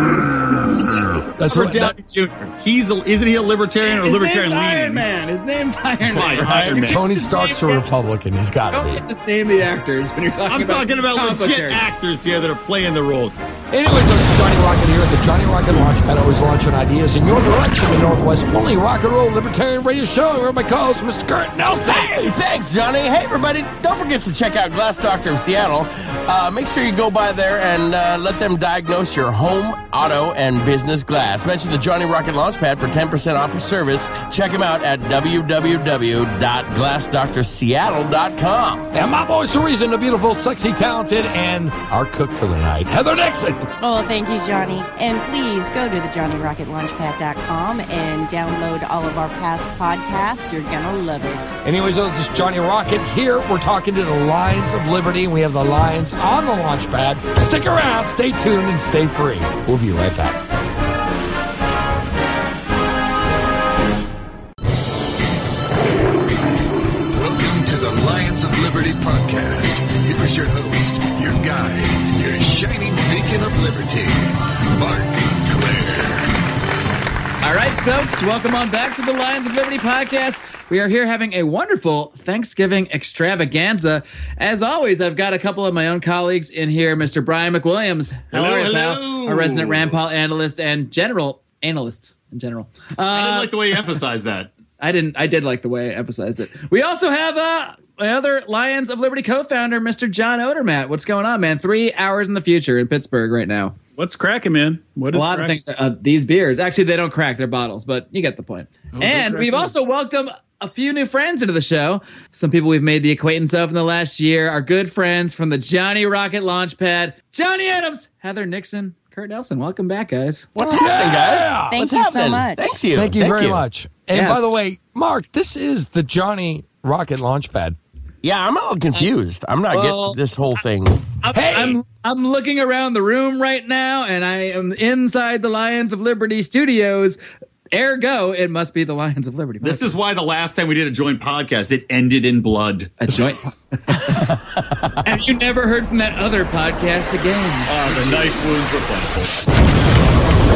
That's
Robert
what,
Downey Jr. He's a, isn't he a libertarian or
His
libertarian
name's Iron
leaning?
Man. His name's Iron Man.
Right, Iron
that-
Man.
Tony Stark's a Republican. He's got to be.
Don't just name the actors when you're talking.
I'm
about
talking about
comic book
legit
characters.
actors here that are playing the roles.
Anyways, this is Johnny Rocket here at the Johnny Rocket Launchpad, always launching ideas in your direction, the Northwest only rock and roll libertarian radio show. Here my co-host, Mr. Kurt Nelson.
Hey, thanks, Johnny. Hey, everybody, don't forget to check out Glass Doctor of Seattle. Uh, make sure you go by there and uh, let them diagnose your home, auto, and business glass. Mention the Johnny Rocket Launchpad for 10% off your service. Check them out at www.glassdoctorseattle.com.
And my voice of reason, the beautiful, sexy, talented, and our cook for the night, Heather Nixon.
Oh, thank you, Johnny. And please go to the JohnnyRocketLaunchpad.com and download all of our past podcasts. You're gonna love it.
Anyways, this is Johnny Rocket here. We're talking to the Lions of Liberty, and we have the Lions on the Launchpad. Stick around, stay tuned, and stay free. We'll be right back.
Welcome to the Lions of Liberty podcast. Here is your host, your guide, your shining beacon of liberty, Mark Claire.
All right, folks, welcome on back to the Lions of Liberty podcast. We are here having a wonderful Thanksgiving extravaganza. As always, I've got a couple of my own colleagues in here, Mr. Brian McWilliams. How
Hello,
are you, pal?
hello.
Our resident Rand Paul analyst and general analyst in general.
I
Uh,
didn't like the way you emphasized
*laughs*
that.
I didn't. I did like the way I emphasized it. We also have uh, my other Lions of Liberty co-founder, Mr. John Odermatt. What's going on, man? Three hours in the future in Pittsburgh right now.
What's cracking, man? What
a
is
lot of
cracking?
things. Uh, these beers, actually, they don't crack their bottles, but you get the point. and
crack
we've
these.
also welcomed a few new friends into the show. Some people we've made the acquaintance of in the last year. Our good friends from the Johnny Rocket Launchpad, Johnny Adams, Heather Nixon, Kurt Nelson. Welcome back, guys.
What's happening, guys?
Thank
What's
you so
happening?
much.
Thanks you.
Thank you very much. And
Yeah.
by the way, Mark, this is the Johnny Rocket Launchpad.
Yeah, I'm all confused. I'm not
Well,
getting this whole thing.
Hey!
I'm I'm looking around the room right now, and I am inside the Lions of Liberty Studios. Ergo, it must be the Lions of Liberty.
This is why the last time we did a joint podcast, it ended in
*laughs*
blood.
a joint. Have you never heard from that other podcast again?
Oh, the knife wounds were plentiful.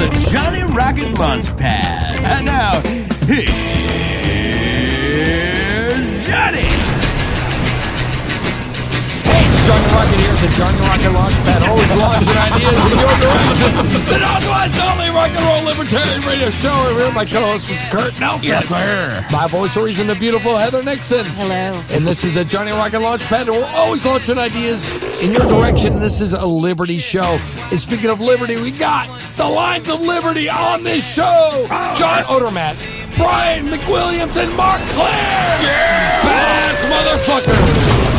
The Johnny Rocket Launchpad. And now, here's Johnny.
Hey, it's Johnny Rocket here at the Johnny Rocket Launchpad, always launching ideas in your direction. The Northwest only rock and roll libertarian radio show. And here my co-host was Kurt Nelson.
Yes, sir.
My voice always in the beautiful Heather Nixon.
Hello.
And this is the Johnny Rocket Launchpad, and we're always launching ideas in your direction. This is a Liberty show. And speaking of Liberty, we got the Lines of Liberty on this show. John Odermatt, Brian McWilliams, and Mark Claire. Yeah! Badass motherfuckers.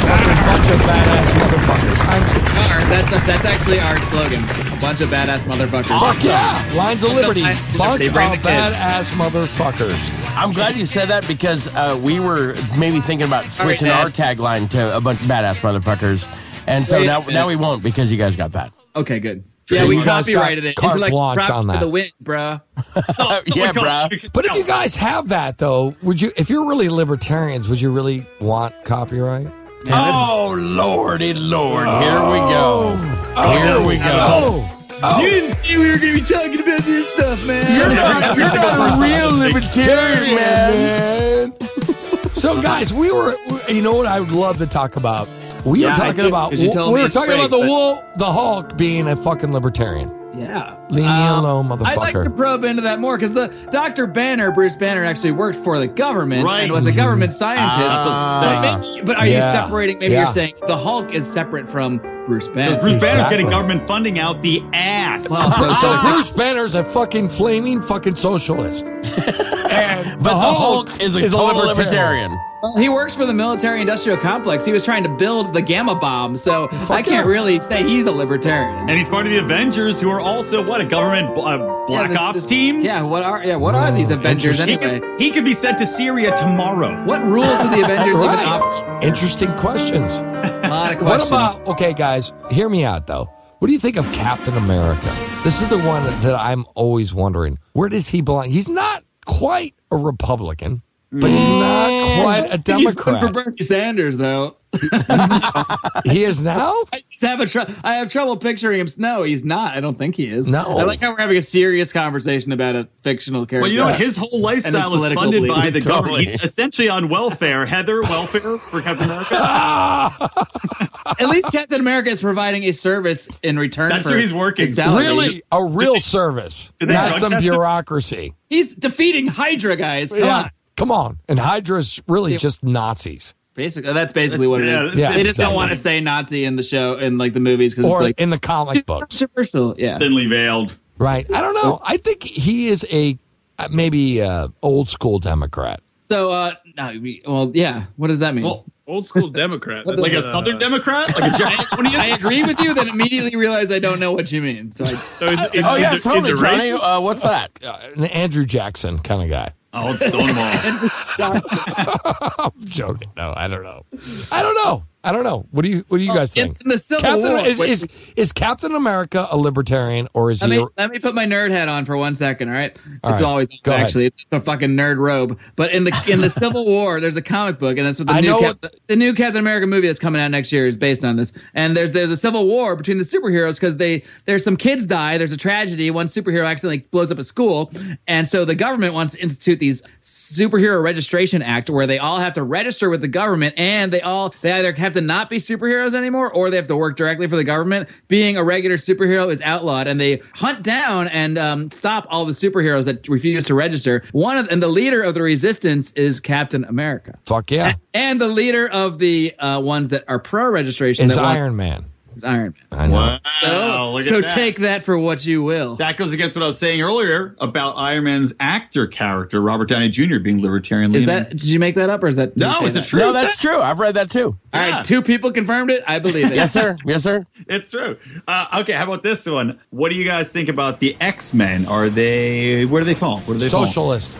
Fucking bunch of badass motherfuckers. I'm,
Our- that's, that's actually our slogan. A bunch of badass motherfuckers.
fuck yeah! Lines of Liberty,
I-
bunch
they
of
bring the kids.
badass motherfuckers.
I'm glad you said that because uh, we were maybe thinking about
All right,
switching
Dad.
our tagline to a bunch of badass motherfuckers, and so
Wait a
now
minute.
now we won't because you guys got that.
Okay, good.
So
Yeah, we
you guys got
copyrighted it.
carte
It's like
blanche
prop
on
for
that.
the win, bruh.
Someone
yeah,
calls
bruh.
you can
But if
sell
you
it.
guys have that though, would you? If you're really libertarians, would you really want copyright?
oh lordy lord, Oh. here we go. here we go.
Oh,
You didn't say we were going to be talking about this stuff, man.
You're not, you're not a real libertarian, man.
man. *laughs* so guys, we were. You know what? I would love to talk about. We
Yeah,
were
I
talking
did,
about.
'cause you
We
told me
were
it's
talking
great,
about the
but-
wool, the Hulk being a fucking libertarian.
Yeah. Um,
Leave me alone,
I'd like
motherfucker. *laughs*
to probe into that more because the Dr. Banner, Bruce Banner, actually worked for the government
Right.
and was a government scientist.
Ah.
But maybe- but are you
Yeah.
separating? Maybe
Yeah.
you're saying the Hulk is separate from Bruce Banner.
Bruce Banner's
Exactly.
getting government funding out the ass.
Oh,
*laughs*
Bru- so Bruce Banner's a fucking flaming fucking socialist, and the,
But the
Hulk,
Hulk is a total libertarian.
Well, he works for the military industrial complex. He was trying to build the gamma bomb, so I can't
yeah.
really say he's a libertarian.
and he's part of the Avengers, who are also what a government uh,
Yeah,
black
this-
ops
this-
team.
Yeah, what are yeah, what are these Avengers
he
anyway?
could, he could be sent to Syria tomorrow.
What rules do the
*laughs*
Avengers even operate?
Right. Interesting questions.
A lot of
What
questions.
about okay, guys? Hear me out though. What do you think of Captain America? This is the one that I'm always wondering. Where does he belong? He's not quite a Republican, but he's not
Mm. *laughs*
quite a
He's good
Democrat.
for Bernie Sanders though.
He is now.
I just have a tr- I have trouble picturing him. No, he's not. I don't think he is.
No.
I like how we're having a serious conversation about a fictional character.
Well, you know what? His whole lifestyle is
political
funded
beliefs.
by the government.
Totally.
He's essentially on welfare. Heather, welfare for Captain America.
At least Captain America is providing a service in return.
That's
for
where he's working.
his salary.
Really, a real service,
did they
not
drug
some
test him?
bureaucracy.
he's defeating Hydra guys. Come on.
come on. And Hydra's really just Nazis,
Basically, that's basically what it is.
Yeah,
they just
exactly.
don't want to say Nazi in the show in like the movies because it's
or
like
in the comic books,
controversial. Yeah.
Thinly veiled.
right? I don't know. I think he is a uh, maybe uh, old school Democrat.
So, uh, no, we- well, yeah. What does that mean?
Well,
Old school Democrat. That's,
Like
uh,
a Southern Democrat? Like a
*laughs* I
Jeffersonian?
agree with you, then immediately realize I don't know what you mean. So, I,
So is, is,
Oh yeah,
is, it- is
totally,
it
Johnny.
racist?
Uh, what's that?
Uh, an Andrew Jackson kind of guy.
Oh, it's Stonewall.
joking. No, I don't know. I don't know. I don't know. What do you What do you guys
Oh, in-
think?
in the Civil
Captain,
War,
is,
wait-
is is Captain America a libertarian or is
Let
he?
me
a-
let me put my nerd hat on for one second. All right,
All
it's
right.
always
Go ahead.
actually *laughs* it's a fucking nerd robe. But in the in the Civil War, there's a comic book, and that's what the
I
new
know
Cap-
what-
the new Captain America movie that's coming out next year is based on this. And there's there's a civil war between the superheroes because they there's some kids die. There's a tragedy. One superhero accidentally blows up a school, and so the government wants to institute these superhero registration act where they all have to register with the government, and they all they either have to not be superheroes anymore or they have to work directly for the government. Being a regular superhero is outlawed, and they hunt down and um, stop all the superheroes that refuse to register. One of and the leader of the resistance is Captain America.
fuck yeah,
And the leader of the uh, ones that are pro registration
is
that want-
Iron Man.
is Iron Man.
I know.
*laughs* So,
Wow, Oh, look at
so
that.
take that for what you will.
That goes against what I was saying earlier about Iron Man's actor character, Robert Downey Jr., being libertarian
Is
leaning.
that? Did you make that up, or is that? did you
No,
say
it's a
that?
true.
No, that's true. I've read that too.
All right, two people confirmed it. I believe it.
Yes, sir. Yes, sir.
*laughs* It's true. Uh, okay, how about this one? What do you guys think about the X Men? Are they where do they fall? Where do they
Socialist.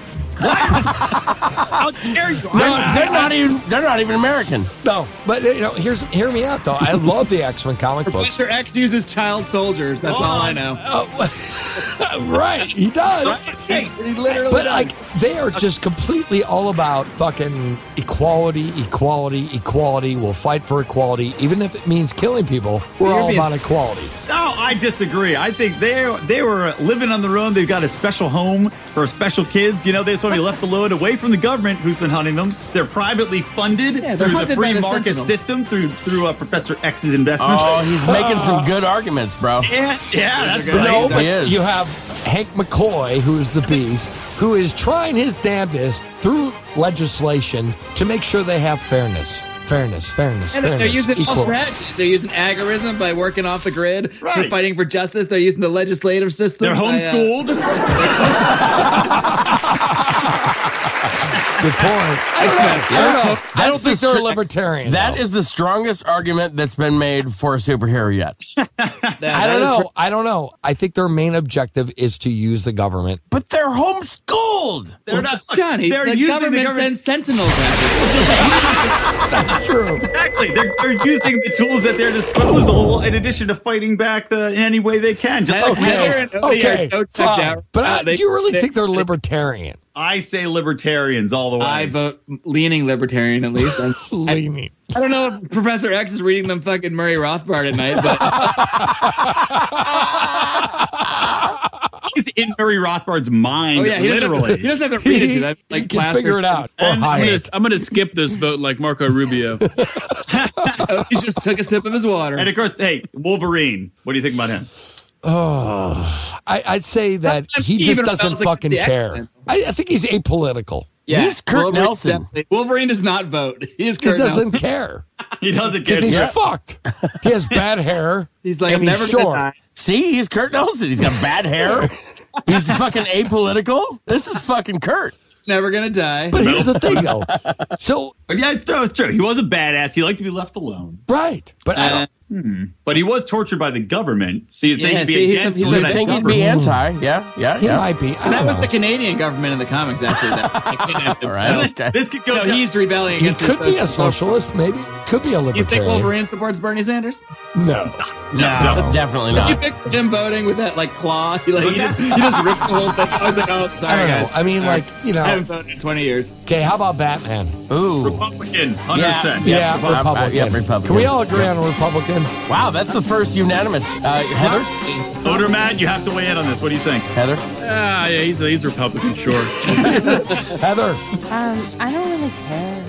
fall? How dare you?
They're, they're not even. They're not even American.
No, but you know, here's hear me out though. I love the X Men comic books.
Mr. X uses child soldiers. That's
Oh,
all I know.
*laughs* right, he does.
He literally
But
does.
like they are just completely all about fucking equality, equality, equality. We'll fight for equality, even if it means killing people. We're
You're
all
being-
about equality.
No, I disagree. I think they they were living on their own. They've got a special home for special kids. You know, they just somebody left the load away from the government who's been hunting them. They're privately funded
Yeah,
through
they're
the
hunted by
free
the
market
Sentinels.
system through through uh, Professor X's investments.
Oh, he's making some good arguments, bro.
yeah, yeah, that's
Those are good
right.
No, but
He is.
you have Hank McCoy, who is the beast, who is trying his damnedest through legislation to make sure they have fairness. Fairness, fairness,
And
fairness.
they're using all
equal.
strategies. They're using agorism by working off the grid. They're
Right.
fighting for justice. They're using the legislative system.
They're
by, uh,
homeschooled.
Good point. I
Excellent.
don't know. I don't
That's
think
the
they're a
str-
libertarian.
That
though.
is the strongest argument that's been made for a superhero yet.
*laughs*
Yeah,
I
that
don't
is
know. I don't know. I think their main objective is to use the
*laughs*
government.
But they're homeschooled.
They're not
cr- Johnny,
They're
the
using
government,
the government
sends sentinels at us.
That's true.
exactly. They're, they're using the tools at their disposal in addition to fighting back the, in any way they can. Just like Heather
Okay.
and-
Okay.
so checked
fine.
out.
But
Uh,
I,
they-
do you really
they-
think they're libertarian?
I say libertarians all the way.
I vote leaning libertarian at least. I'm-
Leaning.
I don't know if Professor X is reading them fucking Murray Rothbard at night, but
He's in Murray Rothbard's mind,
oh yeah, he doesn't, have to- *laughs*
literally.
he doesn't have to read
*laughs*
it. To that,
you
like
can
class
figure it out. Or
And-
I'm
hide
gonna,
it.
um,
I'm gonna skip this vote like Marco Rubio.
He just took a sip of his water.
*laughs*
and of course, hey, Wolverine. What do you think about him?
I, I'd say that
Sometimes
he just
even
doesn't
amounts to
fucking
the
care.
accent.
I, I think he's apolitical.
yeah,
he's Kurt
Wolverine
Nelson.
definitely- Wolverine does not vote. He is
He
Kurt
doesn't
Nelson.
care
He doesn't
because
get
he's
it.
fucked. He has bad hair.
*laughs* He's like,
and
I'm never
he's
gonna
short.
die.
See, he's Kurt Nelson. He's got bad hair. He's fucking apolitical. This is fucking Kurt.
He's never gonna
*laughs*
die.
But here's the thing, though. So
But yeah, it's true, it's true. He was a badass. He liked to be left alone.
right, but I
Uh,
don't.
But he was tortured by the government. So you'd say
Yeah,
he'd be
see, he's a-
against
he's a
You'd
Right.
that
think he'd
government.
be anti. Yeah, yeah,
He
yeah.
might be. I
And that
don't
was
know.
the Canadian government in the comics,
*laughs*
actually. That that kidnapped him.
All right,
So-
okay.
This could go
So
down-
he's rebelling
He
against. his
could be a
social-
socialist, maybe. Could be a
You think
libertarian.
Wolverine supports Bernie Sanders? *laughs*
No.
No, Uh, definitely
Did you
not.
fix him voting with that like claw? *laughs* He, like, he, just, he just rips the whole thing. I was like, oh,
I
sorry
don't know.
guys.
I mean, like you
I haven't
know.
voted in 20 years.
Okay, how about Batman?
Ooh,
Republican.
Yeah,
100%.
Yeah,
Republican.
Republican.
yeah, Republican.
Can we all agree
Yeah.
on Republican?
wow, that's the first unanimous. Uh, Heather,
Odor Matt, you have to weigh in on this. What do you think?
Heather,
ah, yeah, he's he's Republican, sure.
Heather.
Um, I don't really care.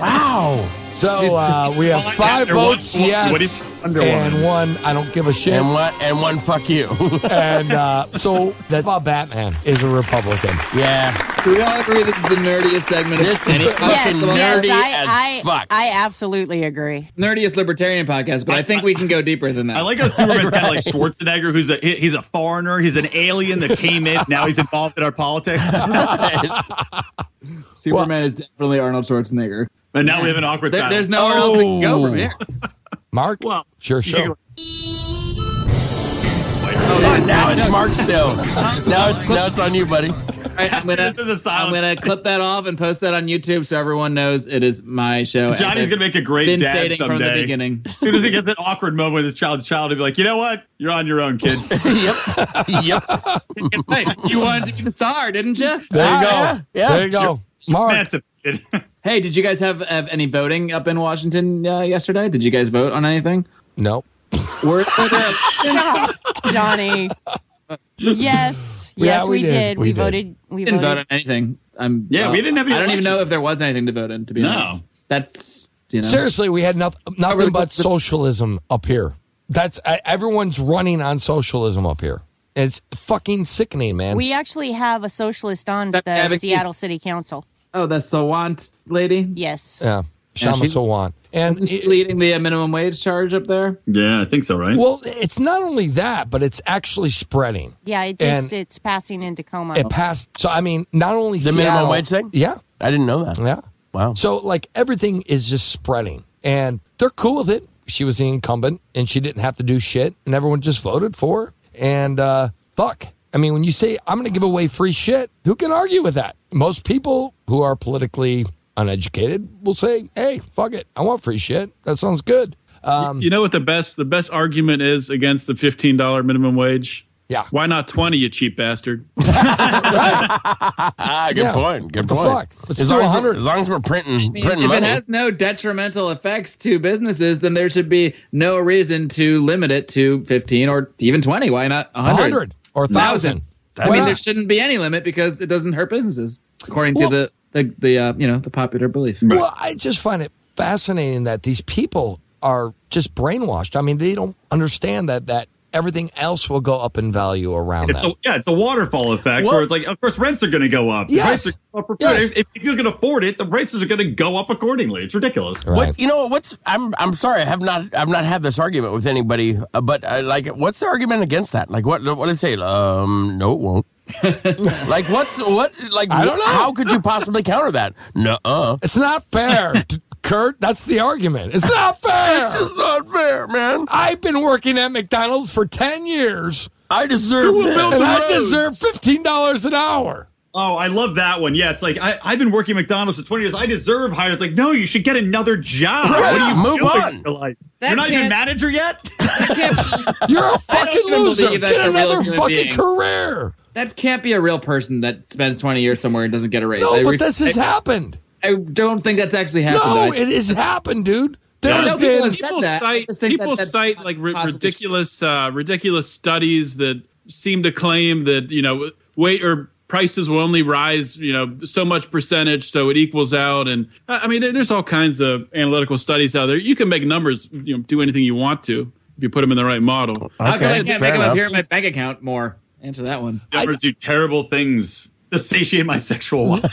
Wow. So uh, we have
Well,
five
after one-
votes
one- what
yes
is- under one.
and one I don't give a shit.
and what? And one, fuck you. *laughs*
And uh, so that about Batman is a Republican.
yeah,
Do we all agree this is the nerdiest segment of
this is
any
fucking
yes,
nerdy
yes,
as
I,
fuck.
I, I absolutely
*laughs*
agree.
nerdiest libertarian podcast? But I think we can go deeper than that.
*laughs* I like how
*laughs*
Superman's kind of like Schwarzenegger, who's a he- he's a foreigner, he's an alien that came in. Now he's involved in our
*laughs*
politics,
Superman is definitely Arnold Schwarzenegger.
and now we have an awkward
There,
time. Oh,
there's nowhere else we can go from here.
Mark?
Well,
sure,
you can
sure.
now it's Mark's show. Now it's now it's on you, buddy.
All right, I'm gonna,
*laughs* This is a
I'm
silence.
gonna clip that off and post that on YouTube so everyone knows it is my show.
Johnny's gonna make a great
been
dad
stating
someday.
from the beginning.
*laughs* As soon as he gets that awkward moment with his child's child, he'll be like, "You know what? You're on your own,
*laughs*
kid."
yep, yep.
hey, you wanted to be the star, didn't you?
There you
Ah,
go.
yeah, yeah.
There you go. Mark.
That's a kid. *laughs*
Hey, did you guys have, have any voting up in Washington uh, yesterday? Did you guys vote on anything?
Nope.
Were, were
*laughs*
there-
Johnny. Yes, yes,
Yeah,
we,
we did.
did.
We
We,
did.
voted. We
We didn't vote on
voted.
anything. I'm
Yeah, we didn't have any
I don't even know
elections.
if there was anything to vote in. To be
No.
honest, that's you know.
Seriously, we had nothing, nothing
really
but
good-
socialism up here. That's I, everyone's running on socialism up here. It's fucking sickening, man.
We actually have a socialist on
That-
the
having-
Seattle City Council.
Oh, that's Sawant lady.
Yes.
yeah, Shama
she's-
Sawant. And
Isn't she
it-
leading the uh, minimum wage charge up there?
Yeah, I think so, right?
well, it's not only that, but it's actually spreading.
Yeah, it just
And-
it's passing in Tacoma.
It passed. So I mean, not only
The
Seattle-
minimum wage thing?
Yeah,
I didn't know that.
yeah.
Wow.
So like everything is just spreading, and they're cool with it. She was the incumbent, and she didn't have to do shit, and everyone just voted for her. And uh, fuck, I mean, when you say I'm going to give away free shit, who can argue with that? Most people who are politically uneducated will say, "Hey, fuck it, I want free shit. That sounds good." Um,
you know what the best the best argument is against the fifteen dollar minimum wage?
Yeah.
Why not twenty, you cheap bastard?
Ah, good
Yeah.
point. Good
What the
point.
fuck? Let's
as,
do
long as,
100.
we're- as long as we're printing, printing
if
money.
it has no detrimental effects to businesses, then there should be no reason to limit it to 15 or even 20. Why not 100?
100 or 1,000.
I mean,
Wow.
there shouldn't be any limit because it doesn't hurt businesses, according
Well-
to the the, the uh, you know the popular belief.
Well, I just find it fascinating that these people are just brainwashed. I mean, they don't understand that that everything else will go up in value around
It's
them.
a yeah, it's a waterfall effect
Well-
where it's like, of course, rents are going to go up. The
Yes.
prices are gonna go up for food.
Yes.
If, if you can afford it, the prices are going to go up accordingly. It's ridiculous.
Right.
What you know? What's I'm I'm sorry. I have not I've not had this argument with anybody. Uh, but uh, like, what's the argument against that? Like, what what did it say? Um, no, it won't. like, what's what? Like,
I don't know.
how could you possibly counter that? No, uh,
It's not
*laughs*
fair, t- Kurt. That's the argument. It's not fair.
this is not fair, man.
I've been working at McDonald's for 10 years
I deserve
and
this.
I deserve $15 an hour.
Oh, I love that one. Yeah, it's like I, I've been working McDonald's for 20 years. I deserve higher. It's like, no, you should get
*laughs*
another job. What are you
Move
doing?
on.
You're, like,
That
you're not even
can't-
manager yet. *laughs*
*laughs*
You're a fucking
even believe
loser.
that's
Get
a real
another
human
fucking
being.
career.
That can't be a real person that spends twenty years somewhere and doesn't get a raise. I,
No,
re-
but this has
I,
happened.
I don't think that's actually happened.
No,
I-
it has happened, dude. There
I
has
know people
been
have said
people
that. I
cite
just think
people
that that's
cite
not
like ri-
positive.
ridiculous uh, ridiculous studies that seem to claim that you know weight or prices will only rise you know so much percentage so it equals out and I I mean there- there's all kinds of analytical studies out there you can make numbers you know do anything you want to if you put them in the right model
How come I
Okay,
can't
fair
make them
enough.
appear in my bank account more? Answer
*laughs*
that one.
Numbers do terrible things to satiate my sexual wants.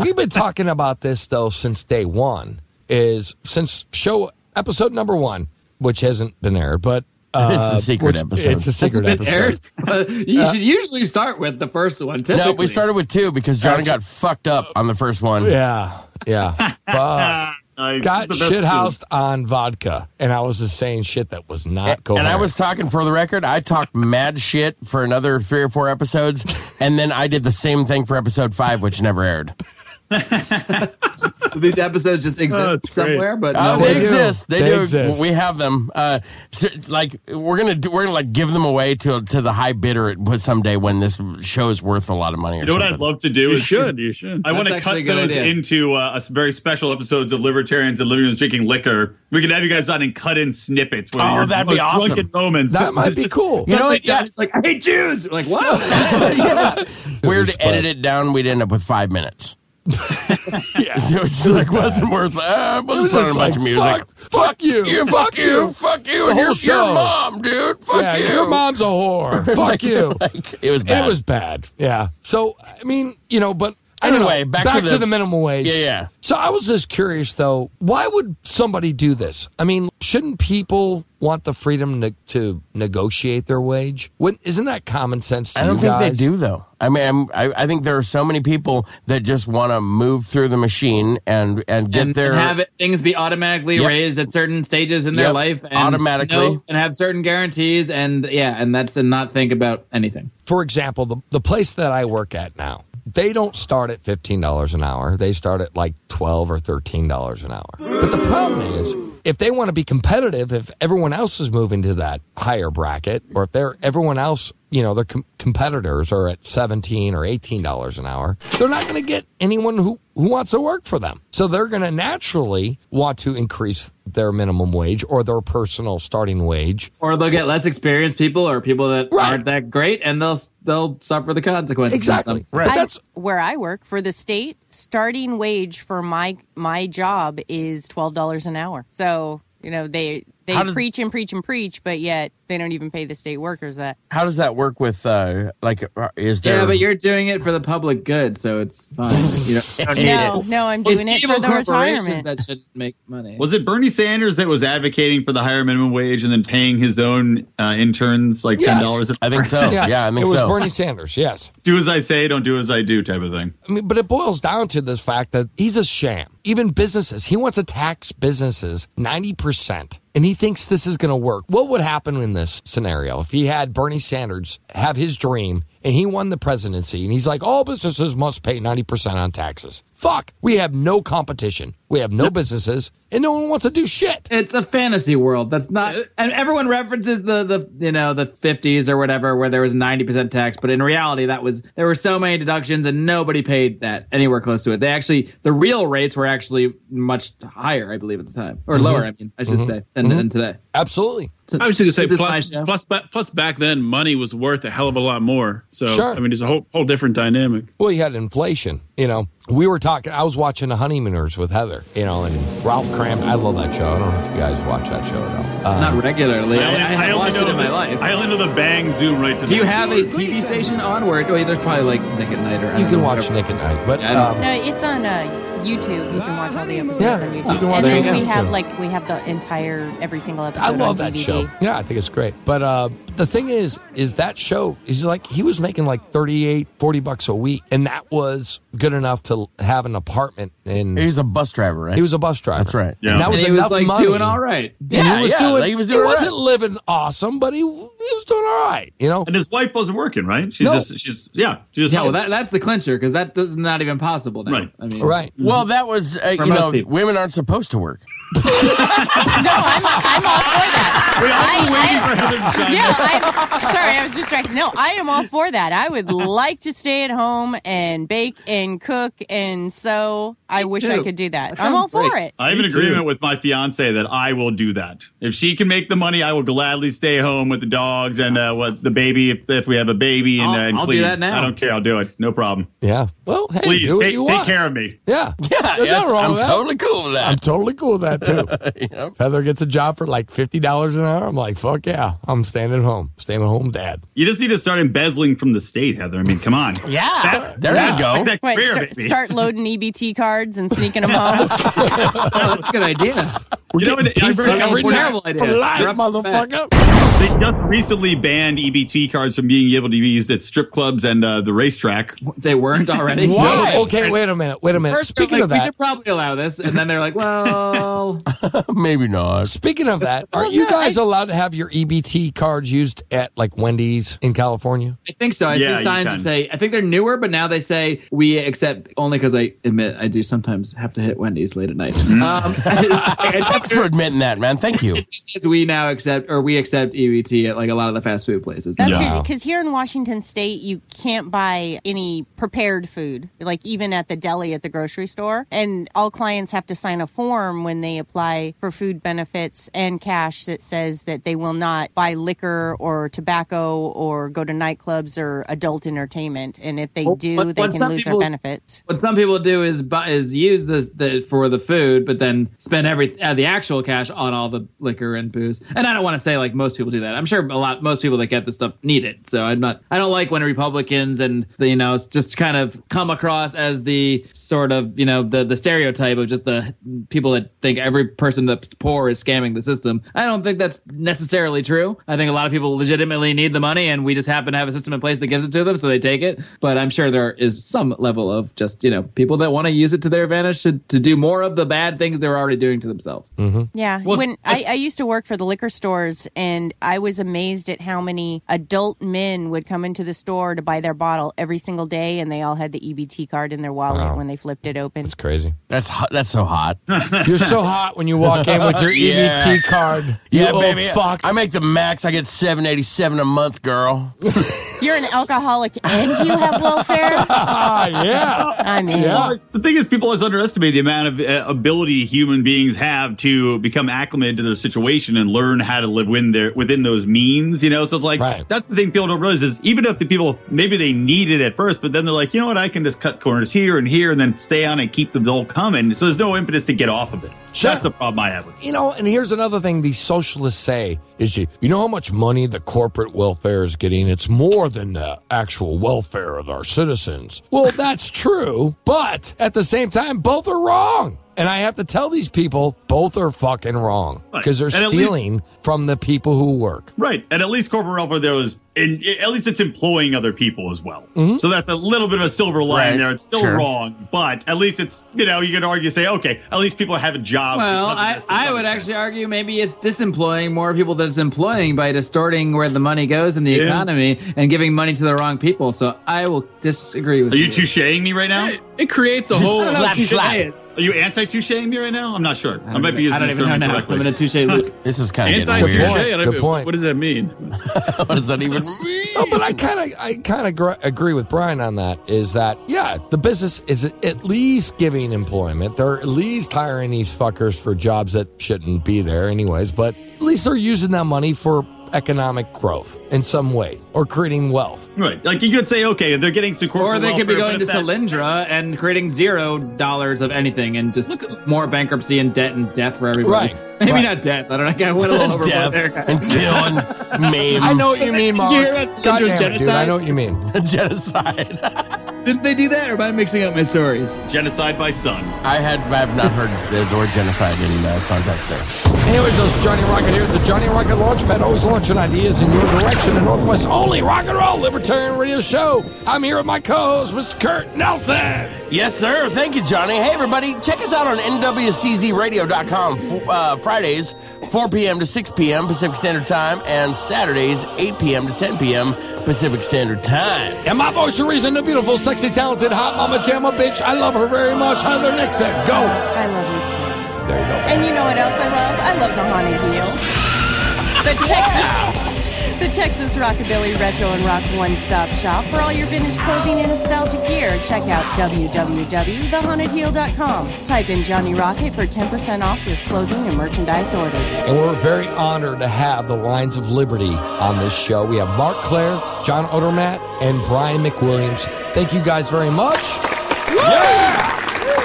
We've been talking about this though since day one. Is since show episode number one, which hasn't been aired, but uh,
It's a secret
which-
episode.
It's a secret episode.
uh, you
Uh,
should usually start with the first one.
No, we started with two because Johnny got fucked up on the first one.
Yeah,
*laughs*
yeah. Fuck.
Nice.
Got
The best
shit housed on vodka, and I was just saying shit that was not coherent.
And I was talking for the record. I talked mad shit for another three or
*laughs*
four episodes, and then I did the same thing for episode five, which never aired.
so these episodes
uh,
just exist
that's great.
somewhere, but
Uh,
no
they,
they do.
exist. They,
They
do.
exist.
We have them. Uh, so, like we're gonna do, we're gonna like give them away to to the high bidder at- someday when this show's worth a lot of money. Or
You know what I'd
something.
love to do?
you
is-
should you should
I want to
That's actually
cut
a good
those
idea.
into uh, a s- very special episodes of Libertarians and Libertarians Drinking Liquor. We can have you guys on and cut in snippets. Where
Oh,
your
that'd be
most
awesome.
Drunken
*laughs*
moments.
that might
It's
be
just-
cool.
You know what? Yeah, *laughs*
Johnny's like, I hate Jews. We're
*laughs*
like, wow.
if we were to
was
edit
fun.
it down, we'd end up with five
*laughs*
minutes. yeah, *laughs* so it's like wasn't worth. Uh, we'll just
It was
put on a
just
bunch
like,
of music.
fuck- fuck you.
*laughs* Fuck you! Fuck you! And
whole
your, your
show.
mom, dude. Fuck
yeah,
you!
your mom's a
*laughs*
whore. Fuck you.
Like, it was bad.
It was bad. Yeah. So I mean, you know, but I don't
Anyway,
know.
back to
to,
the-
the minimum wage.
Yeah, yeah.
So I was just curious though, why would somebody do this? I mean, shouldn't people want the freedom to, to negotiate their wage? Wouldn't, isn't that common sense to
I don't
you
think
guys?
they do though. I mean, I'm, I, I think there are so many people that just want to move through the machine and and get
and,
their
and have it, things be automatically
Yep.
raised at certain stages in
Yep.
their life, and
Automatically.
know- and have certain guarantees, and yeah, and that's and not think about anything.
For example, the, the place that I work at now, they don't start at $15 an hour. They start at like 12 or $13 an hour. But the problem is, if they want to be competitive, if everyone else is moving to that higher bracket, or if they're everyone else, you know, their com- competitors are at 17 or $18 an hour, they're not going to get anyone who, who wants to work for them. So they're going to naturally want to increase their minimum wage or their personal starting wage
Or they'll get less experienced people, or people that
Right.
aren't that great, and they'll they'll suffer the consequences. and
Exactly.
stuff.
Right.
I-
That's
where I work for the state. Starting wage for my my job is twelve dollars an hour. So you know they they
How does-
preach and preach and preach, but yet they don't even pay the state workers that.
How does that work with uh like uh, is there
Yeah, but you're doing it for the public good, so it's fine. You don't, you don't need
No,
it.
no, I'm doing
it's
it for
evil
the
corporations
retirement.
that shouldn't make money.
Was it Bernie Sanders that was advocating for the higher minimum wage and then paying his own uh, interns like
Yes.
ten dollars?
I think
*laughs*
so.
yes,
Yeah, I think
it was
so.
Bernie Sanders. Yes.
Do as I say, don't do as I do, type of thing.
I mean, but it boils down to this fact that he's a sham. Even businesses, he wants to tax businesses 90%. And he thinks this is going to work. What would happen in this scenario if he had Bernie Sanders have his dream and he won the presidency and he's like, all businesses must pay 90% on taxes? Fuck, we have no competition. We have no businesses and no one wants to do shit.
it's a fantasy world. That's not, and everyone references the the you know the fifties or whatever where there was ninety percent tax, but in reality that was there were so many deductions and nobody paid that anywhere close to it. They actually the real rates were actually much higher, I believe, at the time or lower. I mean, I should say than, than today.
Absolutely.
I was just gonna say
this
plus,
lifestyle.
plus, ba- plus back then money was worth a hell of a lot more. So
Sure.
I mean, it's a whole whole different dynamic.
Well, you had inflation. You know, we were talking. I was watching The Honeymooners with Heather. You know, and Ralph Cram. I love that show. I don't know if you guys watch that show at all. Uh,
Not regularly. I, I,
only-
haven't
only
watched
know
it in my
the-
life.
I only know the bang zoom right to
Do you
the
have a TV station onward? Wait, there's probably like Nick at Night or I
you
don't
can
know,
watch
whatever.
Nick at Night, but
Yeah, I don't-
um,
No, it's on uh, YouTube. You can watch all the episodes
Yeah.
on
You
YouTube.
can watch
and
it
then
on
we
YouTube.
have like we have the entire every single episode.
I love
on
that
DVD.
show. Yeah, I think it's great. But uh, the thing is, is that show is like he was making like 38, 40 bucks a week, and that was good enough to have an apartment. And
He's a bus driver, right?
he was a bus driver.
That's right.
Yeah.
And that
And
was
he
enough
was like
money.
doing all right.
And
Yeah,
he was
yeah,
doing.
like,
he
he was doing all
wasn't
right.
living awesome, but he he was doing all right. You know.
And his wife wasn't working, right? She's
No.
just she's yeah, she just
Yeah, well, that, that's the clincher because that is not even possible now.
Right.
I mean,
Right.
Well, that was uh, you
most
know,
people.
women aren't supposed to work.
No, I'm, I'm all for that.
we all were waiting for Heather
*laughs*
to chime in.
Yeah, I'm sorry, I was distracted. No, I am all for that. I would like to stay at home and bake and cook and sew. I wish I
too.
could do that.
That
I'm all
sounds
for
great. *laughs*
it.
I have an agreement with my fiance that I will do that. If she can make the money, I will gladly stay home with the dogs and uh, what the baby if, if we have a baby and,
I'll-
uh, and
I'll do
clean.
that now.
I don't care. I'll do it. No problem.
Yeah. Well, hey,
Please
do what
take,
you
take
want.
care of me.
Yeah.
Yeah,
There's nothing wrong
I'm
with that.
totally cool with that.
I'm totally cool with that too. Heather gets a job for like fifty dollars an hour. I'm like, fuck yeah, I'm staying at home, staying at home, dad.
You just need to start embezzling from the state, Heather. I mean, come on.
yeah, there you go.
That
Right,
career
start,
bit me.
start loading EBT cards and sneaking
*laughs*
them home.
Oh, that's a good idea.
We're
You know
getting
what? I
pizza
reckon
every
we're
night
terrible idea.
for life,
You're up to
motherfucker.
They just recently banned EBT cards from being able to be used at strip clubs and uh, the racetrack.
They weren't already.
Why? Okay, wait a minute. Wait a minute.
First,
speaking
like,
of
we
that,
should probably allow this, and then they're like, "Well,
Maybe not.
speaking of that, are you guys allowed to have your EBT cards used at like Wendy's in California?
I think so." I
Yeah,
see
you
signs
can.
that say, "I think they're newer," but now they say we accept only because I admit I do sometimes have to hit Wendy's late at night.
Mm.
um, *laughs*
Thanks for admitting that, man. Thank you.
it says we now accept or we accept EBT at like a lot of the fast food places.
That's
Yeah.
because here in Washington State, you can't buy any prepared food, like even at the deli at the grocery store. And all clients have to sign a form when they apply for food benefits and cash that says that they will not buy liquor or tobacco or go to nightclubs or adult entertainment. And if they do,
but-
they
but
can
some
lose
people-
their benefits.
what some people do is buy, is use this the, for the food, but then spend every uh, the actual cash on all the liquor and booze. And I don't want to say like most people do that. I'm sure a lot most people that get this stuff need it. So I'm not. I don't like when Republicans and the, you know it's just kind of come across as the sort of you know the the stereotype of just the people that think every person that's poor is scamming the system. I don't think that's necessarily true. I think a lot of people legitimately need the money, and we just happen to have a system in place that gives it to them, so they take it. But I'm sure there is some level of just you know people that want to use it to their advantage to, to do more of the bad things they're already doing to themselves.
Yeah. when I, I used to work for the liquor stores, and I was amazed at how many adult men would come into the store to buy their bottle every single day, and they all had the EBT card in their wallet when they flipped it open.
It's crazy.
That's hot. that's so hot.
You're so hot when you walk in *laughs* with your
Yeah.
EBT card. You
Yeah,
old
baby.
fuck.
I make the max. I get seven eighty seven a month, girl.
You're an alcoholic and you have welfare.
ah, *laughs* yeah.
I mean,
Yeah.
It's- The thing is, people always underestimate the amount of uh, ability human beings have to become acclimated to their situation and learn how to live within their within those means. You know, so it's like
Right.
that's the thing people don't realize is even if the people maybe they need it at first, but then they're like, you know what, I can just cut corners here and here and then stay on and keep the bill coming. So there's no impetus to get off of it.
Sure.
That's the problem I have with. it.
You know, and here's another thing these socialists say is you, you know how much money the corporate welfare is getting? It's more than the actual welfare of our citizens. Well, that's true, but at the same time, both are wrong. And I have to tell these people, both are fucking wrong because they're
Right. And at
stealing from the people who work.
Right. And at least corporate welfare there was and at least it's employing other people as well. So that's a little bit of a silver line
Mm-hmm. Right.
there. It's still
Sure.
wrong, but at least it's you know, you can argue say, okay, at least people have a job.
Well,
It's not
I,
just to
I
some
would
extent.
actually argue maybe it's disemploying more people than it's employing by distorting where the money goes in the economy and giving money to the wrong people. So I will disagree with
Are
you.
you touchéing me right now? Oh,
It, it creates a whole
Slap, slap.
Are you anti-touchéing me right now? I'm not sure. I, might be using
I don't
the
even know
term
now. I'm in a
correctly.
touche loop.
This is kind of
anti
getting weird.
point.
touche.
Good point.
What does that mean?
What does that even
No, but I kind of I kind of gr- agree with Brian on that. Is that yeah, the business is at least giving employment. They're at least hiring these fuckers for jobs that shouldn't be there anyways. But at least they're using that money for economic growth in some way or creating wealth.
Right. Like you could say, okay, they're getting some corporate
Or they could be
welfare,
going
but
to
if that-
Solyndra and creating zero dollars of anything and just more bankruptcy and debt and death for everybody.
Right,
*laughs* Maybe
right.
not death. I don't know. I got went
*laughs*
a little overboard
Death
there.
and kill and maim.
I know what you mean, Mark.
you hear about
God
Syndrome
damn it, dude,
genocide?
I know what you mean.
*laughs* genocide.
Didn't they do that, or am I mixing up my stories?
genocide by sun.
I had I have not heard the word genocide in uh, context there.
Anyways, this is Johnny Rocket here at the Johnny Rocket Launchpad, always launching ideas in your direction. The Northwest only rock and roll libertarian radio show. I'm here with my co-host, Mr. Kurt Nelson.
Yes, sir. Thank you, Johnny. Hey, everybody. Check us out on NWCZRadio.com f- uh, Fridays, 4 p.m. to 6 p.m. Pacific Standard Time, and Saturdays, 8 p.m. to 10 p.m. Pacific Standard Time.
And my voice of reason, the beautiful, sexy, talented, hot mama jamma bitch. I love her very much. Heather Nixon, go.
I love you too.
There you go.
And you know what else I love? I love Nahani Hill. The Texas, the Texas Rockabilly Retro and Rock One Stop Shop for all your vintage clothing and nostalgic gear. Check out www.thehauntedheel.com. Type in Johnny Rocket for 10% off your clothing and merchandise order.
And we're very honored to have the Lines of Liberty on this show. We have Mark Claire, John Odermatt, and Brian McWilliams. Thank you guys very much. Yeah!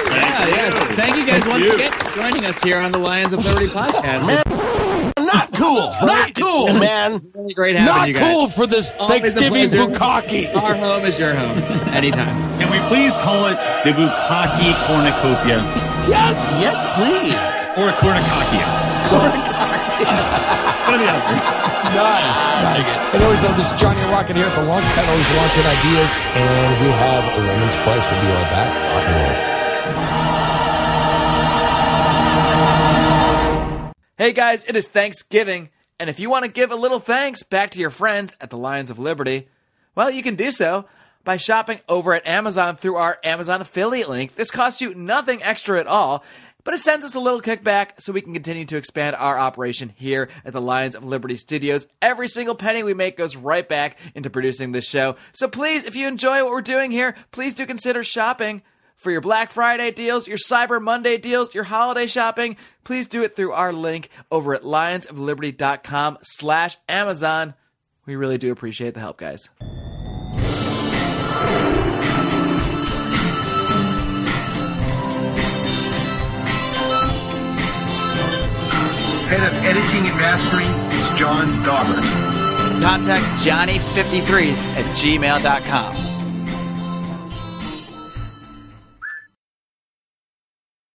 Yeah, yeah. Thank you guys once again for joining us here on the Lions of
*laughs*
Liberty podcast.
Not cool. Not cool, man.
It's really great having
Not
you guys.
cool for this
Always a
Thanksgiving
pleasure.
bukkake.
Our home is your
*laughs*
home anytime.
Can we please call it the Bukaki cornucopia
Yes!
Yes, please.
or a cornucopia? One or the other.
Nice, nice. And always have this Johnny Rocket here at the launch pad, always launching ideas. And we have a woman's place. We'll be right back. Rock and roll.
Hey guys, it is Thanksgiving, and if you want to give a little thanks back to your friends at the Lions of Liberty, well, you can do so by shopping over at Amazon through our Amazon affiliate link. This costs you nothing extra at all, but it sends us a little kickback so we can continue to expand our operation here at the Lions of Liberty Studios. Every single penny we make goes right back into producing this show. So please, if you enjoy what we're doing here, please do consider shopping for your Black Friday deals, your Cyber Monday deals, your holiday shopping, please do it through our link over at lionsofliberty.com slash Amazon. We really do appreciate the help, guys.
Head of editing and mastering is John Dauber.
Contact Johnny53 at gmail.com.